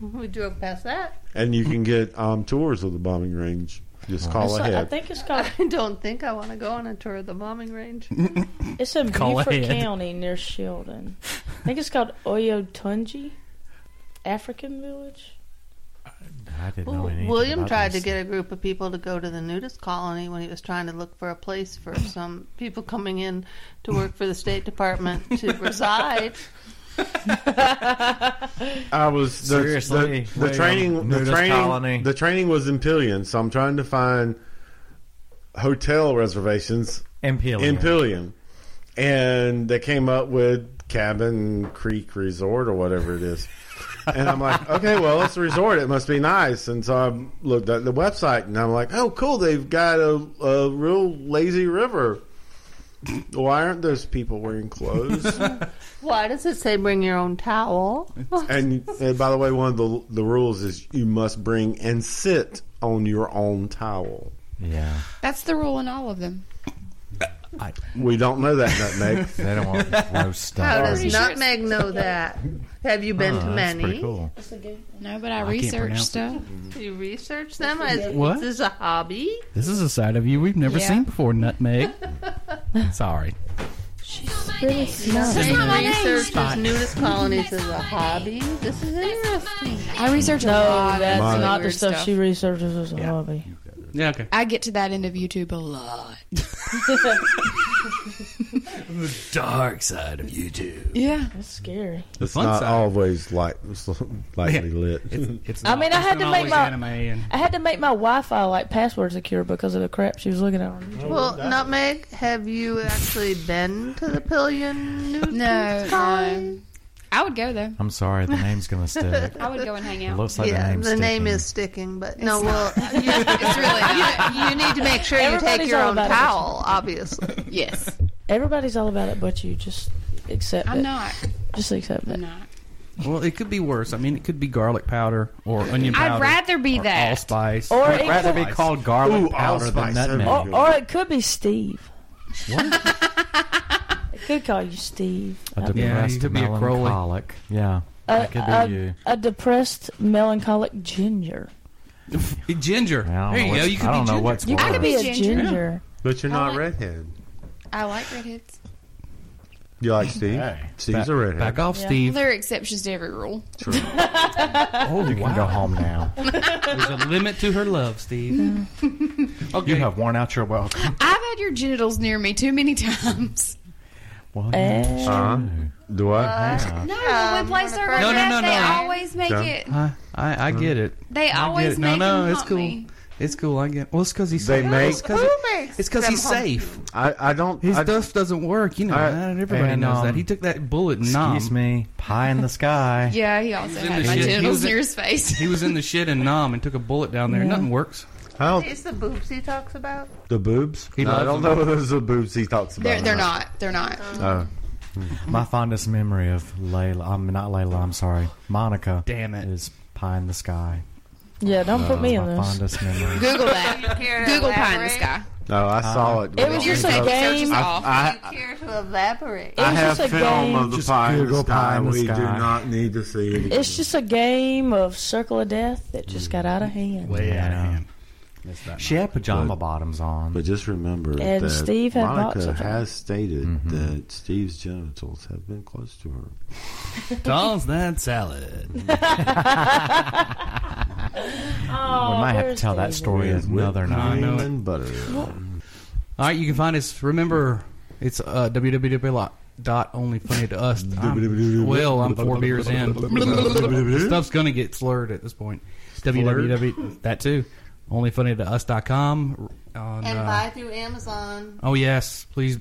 Speaker 6: We drove past that.
Speaker 2: And you can get um, tours of the bombing range. Just call
Speaker 4: It's like- I
Speaker 2: ahead.
Speaker 4: think it's called.
Speaker 6: I don't think I want to go on a tour of the bombing range.
Speaker 4: It's in
Speaker 3: Call
Speaker 4: Beaufort
Speaker 3: ahead.
Speaker 4: County near Sheldon. I think it's called Oyotunji African Village.
Speaker 7: I didn't know
Speaker 6: Well,
Speaker 7: anything
Speaker 6: William
Speaker 7: about
Speaker 6: tried to
Speaker 7: this.
Speaker 6: get a group of people to go to the nudist colony when he was trying to look for a place for some people coming in to work for the State Department to reside.
Speaker 2: I was the,
Speaker 7: Seriously,
Speaker 2: the, the
Speaker 7: William,
Speaker 2: training. The
Speaker 7: nudist
Speaker 2: training.
Speaker 7: colony.
Speaker 2: The training was in Pillion, so I'm trying to find hotel reservations
Speaker 7: Empyrean.
Speaker 2: in Pillion, and they came up with Cabin Creek Resort or whatever it is. and I'm like, okay, well, it's a resort. It must be nice. And so I looked at the website, and I'm like, oh, cool. They've got a, a real lazy river. Why aren't those people wearing clothes?
Speaker 6: Why does it say bring your own towel?
Speaker 2: and, and by the way, one of the the rules is you must bring and sit on your own towel.
Speaker 7: Yeah,
Speaker 10: That's the rule in all of them.
Speaker 2: We don't know that nutmeg.
Speaker 7: they don't want gross stuff.
Speaker 6: How
Speaker 7: Oh,
Speaker 6: does
Speaker 10: Pretty sure it's-
Speaker 6: Nutmeg know that? Have you been to
Speaker 7: that's pretty
Speaker 6: many?
Speaker 7: cool.
Speaker 10: No, but I,
Speaker 7: can't
Speaker 10: researched
Speaker 7: pronounce it.
Speaker 10: stuff.
Speaker 6: You research them? Is,
Speaker 3: What?
Speaker 6: is this a hobby?
Speaker 3: This is a side of you we've never
Speaker 10: Yeah.
Speaker 3: seen before, Nutmeg. Sorry.
Speaker 4: Really smells.
Speaker 6: Doing research with nudist colonies is a hobby? This is interesting.
Speaker 10: I research a lot.
Speaker 4: No,
Speaker 10: of
Speaker 4: Oh, that's
Speaker 10: really
Speaker 4: not the
Speaker 10: weird
Speaker 4: stuff, she researches as a hobby.
Speaker 3: Yeah, okay.
Speaker 10: I get to that end of YouTube a lot.
Speaker 7: Dark side of YouTube.
Speaker 10: Yeah.
Speaker 4: That's scary.
Speaker 2: It's
Speaker 3: fun
Speaker 2: not
Speaker 3: side.
Speaker 2: always light, it's lightly lit.
Speaker 3: It's
Speaker 4: I mean, I had
Speaker 3: not
Speaker 4: to make
Speaker 3: always
Speaker 4: my-
Speaker 3: anime and
Speaker 4: I had to make my Wi-Fi like password secure because of the crap she was looking at. on YouTube.
Speaker 6: Well, Nutmeg, have you actually been to the Pillion nudist
Speaker 10: No,
Speaker 6: colony?
Speaker 10: no. I would go though.
Speaker 7: I'm sorry, the name's gonna stick.
Speaker 10: I would go and hang
Speaker 7: It
Speaker 10: out.
Speaker 7: looks like the
Speaker 6: yeah,
Speaker 7: name's
Speaker 6: name
Speaker 7: sticking.
Speaker 6: is sticking, but no, well,
Speaker 10: it's really not.
Speaker 6: you need to make sure you take
Speaker 4: Everybody's
Speaker 6: your
Speaker 4: all
Speaker 6: own
Speaker 4: about it.
Speaker 6: towel, obviously.
Speaker 10: Yes.
Speaker 4: Everybody's all about it, but you just accept
Speaker 10: I'm
Speaker 4: it.
Speaker 10: not.
Speaker 4: Just accept
Speaker 10: I'm
Speaker 4: it.
Speaker 10: not.
Speaker 3: Well, it could be worse. I mean, it could be garlic powder or onion
Speaker 5: I'd
Speaker 3: powder.
Speaker 5: rather be
Speaker 3: or
Speaker 5: that.
Speaker 3: allspice.
Speaker 4: Or
Speaker 3: I'd
Speaker 4: it
Speaker 3: rather
Speaker 4: could-
Speaker 3: be called garlic
Speaker 4: Ooh,
Speaker 3: powder than
Speaker 4: allspice,
Speaker 3: nutmeg.
Speaker 4: Or, or it could be Steve.
Speaker 14: What?
Speaker 4: it could call you Steve.
Speaker 14: A
Speaker 4: I mean,
Speaker 14: depressed
Speaker 3: could be a Crowley. Uh,
Speaker 14: melancholic. yeah,
Speaker 4: a,
Speaker 14: that could be
Speaker 4: a-
Speaker 14: you.
Speaker 4: a depressed melancholic ginger.
Speaker 3: ginger.
Speaker 14: I don't
Speaker 3: There
Speaker 14: know
Speaker 3: you go.
Speaker 14: what's-
Speaker 3: You could
Speaker 14: I
Speaker 3: be
Speaker 14: don't know what's worse.
Speaker 3: ginger.
Speaker 4: You could be a
Speaker 15: Ginger.
Speaker 4: ginger.
Speaker 2: But you're
Speaker 15: I
Speaker 2: not
Speaker 15: like-
Speaker 2: redhead.
Speaker 15: I like redheads.
Speaker 2: You like Steve? Steve's
Speaker 3: Back-
Speaker 2: a redhead.
Speaker 3: back off,
Speaker 15: Yeah.
Speaker 3: Steve.
Speaker 15: There are exceptions to every rule.
Speaker 14: you can go home now.
Speaker 3: There's a limit to her love, Steve.
Speaker 1: You have worn out your welcome.
Speaker 5: I've had your genitals near me too many times.
Speaker 1: Well, yeah,
Speaker 3: Uh-huh.
Speaker 2: Huh? Do I?
Speaker 5: No, when we play server
Speaker 3: No, no, no,
Speaker 5: they
Speaker 3: no.
Speaker 5: always make
Speaker 2: Yeah.
Speaker 5: it.
Speaker 3: I, I, I get it.
Speaker 5: They
Speaker 3: I get
Speaker 5: always
Speaker 3: it. No,
Speaker 5: make
Speaker 3: no,
Speaker 5: him
Speaker 3: it's
Speaker 5: hump
Speaker 3: cool.
Speaker 5: me.
Speaker 3: It's cool. I get. Well, it's because he's
Speaker 2: They
Speaker 3: safe.
Speaker 2: make-
Speaker 3: It's 'cause it- it's because he's safe.
Speaker 2: I, I don't.
Speaker 3: His
Speaker 2: I,
Speaker 3: stuff doesn't work. You know,
Speaker 2: I-
Speaker 3: that. everybody
Speaker 14: and,
Speaker 3: knows
Speaker 14: um,
Speaker 3: that. He took that bullet and nom.
Speaker 1: excuse me, pie in the sky.
Speaker 5: Yeah, he also
Speaker 3: in
Speaker 5: had
Speaker 3: the
Speaker 5: my
Speaker 3: shit. He
Speaker 5: genitals
Speaker 3: was in-
Speaker 5: near his face.
Speaker 3: He was in the shit and nom and took a bullet down there. Nothing works.
Speaker 2: I don't.
Speaker 6: It's the boobs he talks about.
Speaker 2: The boobs?
Speaker 3: He
Speaker 2: No, I
Speaker 3: loves
Speaker 2: don't
Speaker 3: them.
Speaker 2: know if those are boobs he talks about. Oh.
Speaker 5: They're,
Speaker 2: or
Speaker 5: they're not. They're not.
Speaker 2: No.
Speaker 1: My fondest memory of Layla, I'm not Layla, I'm sorry, Monica.
Speaker 3: Damn it.
Speaker 1: Is pie in the sky.
Speaker 4: Yeah, don't put me in
Speaker 1: My
Speaker 4: this.
Speaker 1: fondest memory.
Speaker 5: Google that.
Speaker 6: Care to
Speaker 5: Google pie in the
Speaker 6: elaborate?
Speaker 5: sky.
Speaker 2: no, I
Speaker 3: Uh,
Speaker 2: saw it.
Speaker 4: It was just a game.
Speaker 5: Search
Speaker 4: It
Speaker 5: is off.
Speaker 2: I,
Speaker 6: Do you care to elaborate?
Speaker 2: I
Speaker 4: was
Speaker 2: have
Speaker 4: just a
Speaker 2: film
Speaker 4: game.
Speaker 2: of the
Speaker 1: Just
Speaker 2: pie in the
Speaker 1: Google
Speaker 2: sky.
Speaker 1: pie in the
Speaker 2: we do
Speaker 1: sky.
Speaker 2: not need to see it.
Speaker 4: It's just a game of Circle of Death that just got out of hand.
Speaker 3: Way out of hand.
Speaker 1: She had pajama bottoms on.
Speaker 2: But just remember
Speaker 4: And
Speaker 2: that
Speaker 4: Steve had
Speaker 2: Monica
Speaker 4: lots of them.
Speaker 2: has stated
Speaker 3: Mm-hmm.
Speaker 2: that Steve's genitals have been close to her.
Speaker 3: Toss that salad.
Speaker 4: Oh,
Speaker 1: we might have to
Speaker 4: there's
Speaker 1: tell that
Speaker 4: Oh, David.
Speaker 3: Oh,
Speaker 1: story
Speaker 2: With
Speaker 1: another
Speaker 2: whipped
Speaker 1: night.
Speaker 2: cream
Speaker 3: know it.
Speaker 2: and butter.
Speaker 3: All right, you can find us. Remember, it's uh, www. Dot only funny to us. I'm- well, I'm four beers in. Stuff's gonna get slurred at this point. www. That too. Only funny to us.com. On,
Speaker 6: And
Speaker 3: uh,
Speaker 6: buy through Amazon.
Speaker 3: oh yes, please.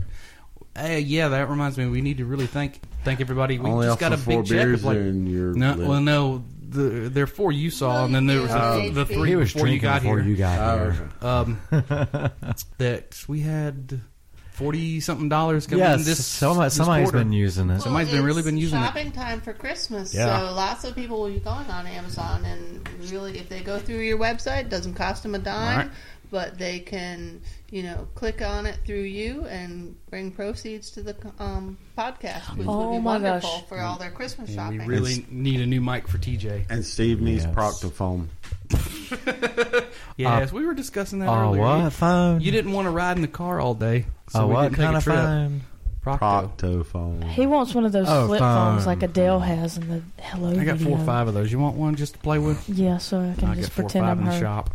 Speaker 3: Hey, yeah, that reminds me. We need to really thank thank everybody. We
Speaker 2: Only
Speaker 3: just got
Speaker 2: off
Speaker 3: a
Speaker 2: of four
Speaker 3: big check
Speaker 2: beers
Speaker 3: of like
Speaker 2: in your
Speaker 3: no,
Speaker 2: lip.
Speaker 3: well, no, the, there are four you saw, and then there was the,
Speaker 6: Oh.
Speaker 3: the three
Speaker 6: He
Speaker 14: He was
Speaker 3: before you
Speaker 14: drinking
Speaker 3: got
Speaker 14: before
Speaker 3: here.
Speaker 14: you got
Speaker 2: Oh,
Speaker 14: here.
Speaker 3: um, that we had forty something dollars coming
Speaker 1: Yes,
Speaker 3: in this.
Speaker 1: some,
Speaker 3: this
Speaker 1: somebody's
Speaker 3: quarter.
Speaker 1: been using it.
Speaker 3: Somebody's been
Speaker 6: it's
Speaker 3: really been using it.
Speaker 6: shopping time for Christmas,
Speaker 1: Yeah.
Speaker 6: so lots of people will be going on Amazon, and really, if they go through your website, it doesn't cost them a dime,
Speaker 3: Right.
Speaker 6: but they can, you know, click on it through you and bring proceeds to the um, podcast, which would
Speaker 4: Oh
Speaker 6: be
Speaker 4: my
Speaker 6: wonderful
Speaker 4: gosh.
Speaker 6: for all their Christmas
Speaker 3: And we
Speaker 6: shopping.
Speaker 3: really need a new mic for TJ.
Speaker 1: Uh,
Speaker 2: And Steve needs
Speaker 1: Yes.
Speaker 2: proctophone.
Speaker 3: Yes, we were discussing that
Speaker 1: Oh,
Speaker 3: earlier.
Speaker 1: what phone?
Speaker 3: You, you didn't want to ride in the car all day. So
Speaker 1: oh,
Speaker 3: we
Speaker 1: what
Speaker 3: didn't take
Speaker 1: kind
Speaker 3: a
Speaker 1: of
Speaker 3: trip.
Speaker 1: phone?
Speaker 3: Procto.
Speaker 2: Proctophone.
Speaker 4: He wants one of those
Speaker 1: Oh,
Speaker 4: flip
Speaker 1: phone.
Speaker 4: phones like Adele has in the Hello.
Speaker 3: I got four or
Speaker 4: video.
Speaker 3: five of those. You want one just to play with?
Speaker 4: Yeah, so I can
Speaker 3: I got
Speaker 4: just
Speaker 3: four or
Speaker 4: pretend
Speaker 3: five
Speaker 4: I'm
Speaker 3: in the
Speaker 4: her.
Speaker 3: shop.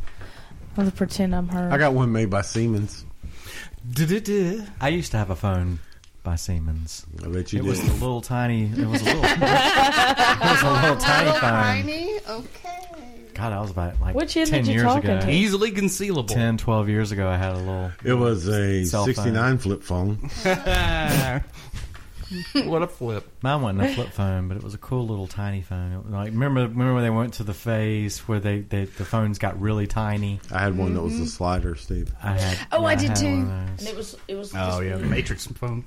Speaker 4: I'll pretend I'm her.
Speaker 2: I got one made by Siemens.
Speaker 3: Du-du-du.
Speaker 1: I used to have a phone by Siemens.
Speaker 2: I bet you
Speaker 1: It
Speaker 2: did.
Speaker 1: was a little tiny. It was a little. it was a little tiny phone.
Speaker 6: Tiny, okay.
Speaker 1: God, I was about like
Speaker 4: Which end
Speaker 1: 10
Speaker 4: did you
Speaker 1: years
Speaker 4: talking
Speaker 1: ago.
Speaker 4: to?
Speaker 3: Easily concealable.
Speaker 1: 10, 12 years ago, I had a little.
Speaker 2: It was a
Speaker 1: Cell phone.
Speaker 2: 69 flip phone.
Speaker 3: Ah. what a flip.
Speaker 1: Mine wasn't a flip phone, but it was a cool little tiny phone. It was Like remember, remember when they went to the phase where they, they the phones got really tiny.
Speaker 2: I had one that was a slider, Steve.
Speaker 1: I had.
Speaker 5: Oh,
Speaker 1: yeah,
Speaker 5: I did
Speaker 1: had
Speaker 5: too.
Speaker 1: one of those.
Speaker 4: And it was it was.
Speaker 3: Oh, yeah, the Matrix phone.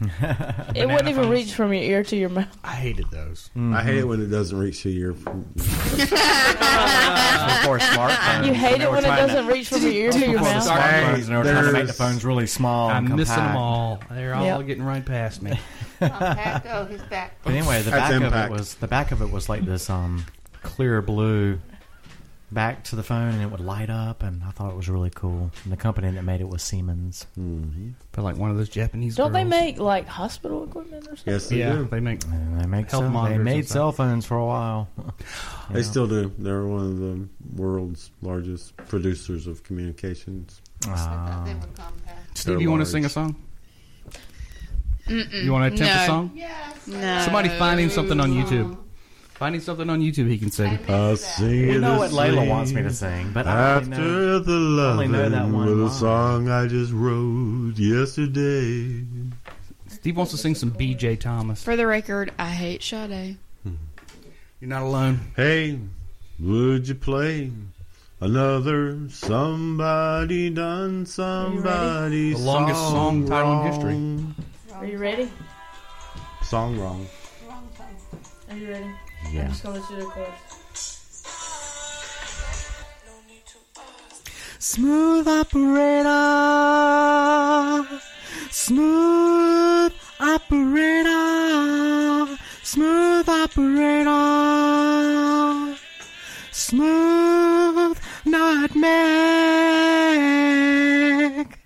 Speaker 4: It wouldn't even
Speaker 3: phones.
Speaker 4: reach from your ear to your mouth.
Speaker 3: I hated those.
Speaker 1: Mm-hmm.
Speaker 2: I hate it when it doesn't reach to your.
Speaker 1: Before smartphones,
Speaker 4: You hate
Speaker 1: they
Speaker 4: it
Speaker 1: were
Speaker 4: when it
Speaker 1: trying to-
Speaker 4: doesn't reach from your ear to your
Speaker 1: Before the
Speaker 4: mouth.
Speaker 1: smartphones, and they were trying to make the
Speaker 2: There's-
Speaker 1: phones really small.
Speaker 3: I'm
Speaker 1: and
Speaker 3: missing them
Speaker 1: compact.
Speaker 3: all. They're all
Speaker 4: Yep.
Speaker 3: getting right past me.
Speaker 6: Pat, go, he's Oh, back.
Speaker 1: But anyway, the
Speaker 2: That's
Speaker 1: back of
Speaker 2: impact.
Speaker 1: it was the back of it was like this um, clear blue back to the phone, and it would light up, and I thought it was really cool. And the company that made it was Siemens.
Speaker 2: Mm-hmm.
Speaker 3: But like one of those Japanese.
Speaker 4: Don't they
Speaker 3: girls.
Speaker 4: make like hospital equipment or something?
Speaker 2: Yes, they
Speaker 3: Yeah,
Speaker 2: do.
Speaker 3: they make.
Speaker 1: And they make
Speaker 3: Health
Speaker 1: cell, they
Speaker 3: monitors
Speaker 1: made
Speaker 3: and stuff.
Speaker 1: cell phones for a while.
Speaker 2: They still do. They're one of the world's largest producers of communications.
Speaker 6: I think we're gone, Pat.
Speaker 3: Steve, you want to
Speaker 2: large.
Speaker 3: sing a song? You want to attempt a
Speaker 5: No.
Speaker 3: song?
Speaker 6: Yes,
Speaker 5: No.
Speaker 3: Somebody find him something on YouTube. Find him something on YouTube he can sing.
Speaker 2: I
Speaker 1: You
Speaker 2: see
Speaker 1: know
Speaker 2: the
Speaker 1: what Layla wants me to
Speaker 2: sea
Speaker 1: sing, but I don't really know.
Speaker 2: After the loving
Speaker 1: know that one
Speaker 2: with
Speaker 1: line.
Speaker 2: a song I just wrote yesterday.
Speaker 3: Steve wants to sing some B.J. Thomas.
Speaker 5: For the record, I hate Sade.
Speaker 3: Oh, You're not alone.
Speaker 2: Hey, would you play another somebody done somebody?
Speaker 3: The longest song title in history.
Speaker 2: wrong?
Speaker 4: Are you ready?
Speaker 2: Song wrong.
Speaker 4: Are you ready?
Speaker 16: Yeah.
Speaker 4: I'm just gonna let you do the chorus.
Speaker 17: Smooth operator. Smooth operator. Smooth operator. Smooth nutmeg.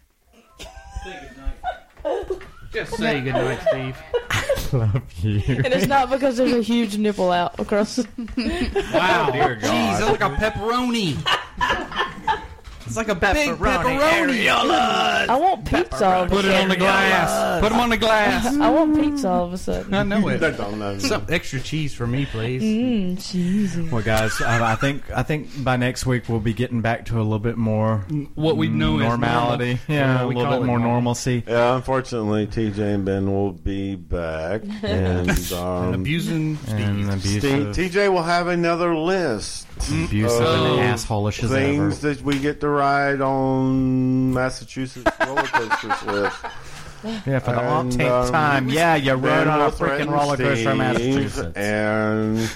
Speaker 3: Just say goodnight, Steve.
Speaker 16: Love you.
Speaker 4: And it's not because there's a huge nipple out across.
Speaker 1: Oh,
Speaker 3: Wow.
Speaker 4: Dear God.
Speaker 3: Jeez, that's like a pepperoni. it's like a big
Speaker 4: Pepperoni.
Speaker 3: pepperoni.
Speaker 4: Areolas. I want pizza all of a
Speaker 3: Put it on the
Speaker 4: sudden.
Speaker 3: glass. Put them on the glass.
Speaker 4: I want pizza all of a sudden.
Speaker 3: I know it.
Speaker 2: They don't know.
Speaker 3: Some extra cheese for me, please.
Speaker 4: Mmm, cheesy.
Speaker 1: Well, guys, I, I think I think by next week we'll be getting back to a little bit more
Speaker 3: what we know is
Speaker 1: normality.
Speaker 3: normal.
Speaker 1: Yeah,
Speaker 3: Yeah,
Speaker 1: a
Speaker 3: we
Speaker 1: little
Speaker 3: call
Speaker 1: bit
Speaker 3: it
Speaker 1: more
Speaker 3: normal.
Speaker 1: normalcy.
Speaker 2: Yeah, unfortunately, TJ and Ben will be back. And, um,
Speaker 3: abusing
Speaker 1: and
Speaker 2: Steve-
Speaker 1: abusive.
Speaker 2: TJ will have another list.
Speaker 1: Abusive
Speaker 2: of
Speaker 1: and assholeish as
Speaker 2: Oh, Things that we get to ride on Massachusetts roller coasters with.
Speaker 1: Yeah, for the
Speaker 2: And, um,
Speaker 1: umpteenth time. Yeah, you
Speaker 2: Ben
Speaker 1: rode on a
Speaker 2: will
Speaker 1: freaking
Speaker 2: threaten
Speaker 1: roller coaster
Speaker 2: Steve,
Speaker 1: in Massachusetts.
Speaker 2: And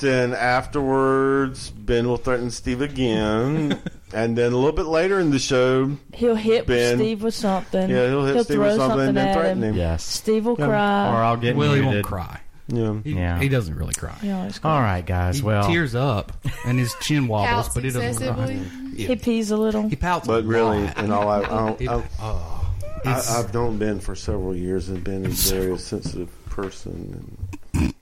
Speaker 2: then afterwards, Ben will threaten Steve again. and then a little bit later in the show,
Speaker 4: He'll hit
Speaker 2: Ben.
Speaker 4: Steve with something.
Speaker 2: Yeah, he'll hit Steve
Speaker 4: throw
Speaker 2: with something and
Speaker 4: at
Speaker 2: threaten him. Yes.
Speaker 4: Steve will
Speaker 1: Yeah.
Speaker 4: cry.
Speaker 1: Or I'll get
Speaker 3: Willie
Speaker 1: muted.
Speaker 3: won't cry.
Speaker 2: Yeah.
Speaker 3: He,
Speaker 1: Yeah.
Speaker 3: he doesn't really cry.
Speaker 4: He always cries.
Speaker 1: All right, guys.
Speaker 3: He
Speaker 1: well,
Speaker 3: tears up and his chin wobbles,
Speaker 4: Pouts
Speaker 3: but he doesn't cry.
Speaker 4: excessively.
Speaker 3: Yeah.
Speaker 4: He pees a little.
Speaker 3: He pouts.
Speaker 2: But really, and all I, I, don't,
Speaker 3: It-
Speaker 2: I,
Speaker 3: oh,
Speaker 2: I,
Speaker 3: it's-
Speaker 2: I've known Ben for several years, and Ben is very sensitive person,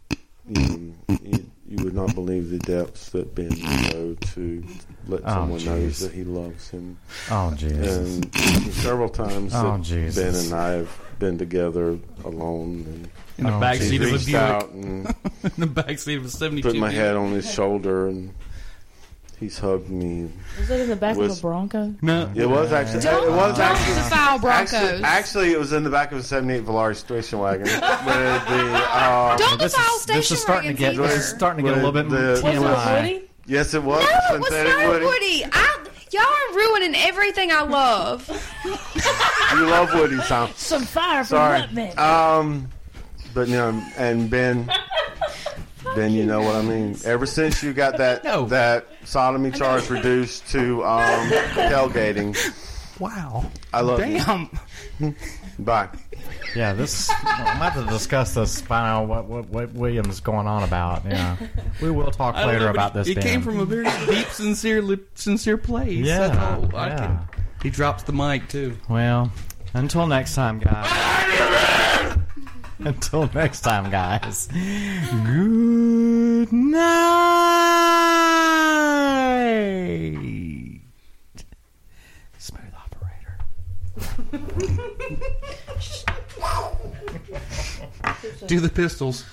Speaker 2: and you, you, you would not believe the depths that Ben would go to let
Speaker 1: Oh,
Speaker 2: someone know
Speaker 1: jeez.
Speaker 2: that he loves him.
Speaker 1: Oh, Jesus.
Speaker 2: And several times
Speaker 1: Oh,
Speaker 2: that Ben
Speaker 1: Jesus.
Speaker 2: and I have been together alone, and
Speaker 3: In the
Speaker 2: Oh,
Speaker 3: backseat
Speaker 2: she's
Speaker 3: of a
Speaker 2: reached
Speaker 3: Buick.
Speaker 2: out and
Speaker 3: in the backseat of a 72
Speaker 2: put my
Speaker 3: Buick.
Speaker 2: head on his shoulder, and he's hugged me.
Speaker 4: Is it in the back of
Speaker 2: Was-
Speaker 4: a Bronco?
Speaker 3: No.
Speaker 2: It was actually. it
Speaker 5: Don't
Speaker 2: was actually.
Speaker 5: defile Broncos.
Speaker 2: Actually, actually, it was in the back of a 78 Velar station wagon. with the, uh,
Speaker 5: Don't
Speaker 1: this
Speaker 5: defile
Speaker 1: is, this
Speaker 5: station
Speaker 1: is starting to get
Speaker 5: wagons
Speaker 1: this
Speaker 5: either.
Speaker 1: is starting to get a little bit
Speaker 2: With the-
Speaker 1: more TMI.
Speaker 2: yes, it was.
Speaker 5: No, it was
Speaker 2: synthetic
Speaker 5: not
Speaker 2: Woody.
Speaker 5: Woody. I, y'all are ruining everything I love.
Speaker 2: You love Woody, Tom.
Speaker 4: Some fire
Speaker 2: Sorry.
Speaker 4: from Nutmeg.
Speaker 2: Um, but no, and Ben, Ben, you know what I mean. Ever since you got that
Speaker 3: No.
Speaker 2: that sodomy charge reduced to um, tailgating,
Speaker 3: Wow.
Speaker 2: I love you.
Speaker 3: Damn.
Speaker 2: Bye.
Speaker 1: Yeah, this. I'm about to discuss this. Find out what what, what William's going on about. Yeah, we will talk
Speaker 3: I don't
Speaker 1: later
Speaker 3: know, but
Speaker 1: about this.
Speaker 3: It
Speaker 1: then.
Speaker 3: came from a very deep, sincere, li- sincere place.
Speaker 1: Yeah,
Speaker 3: That's all I
Speaker 1: yeah.
Speaker 3: can- He drops the mic too.
Speaker 1: Well, until next time, guys. until next time, guys. Good night. Smooth operator.
Speaker 3: Do the pistols.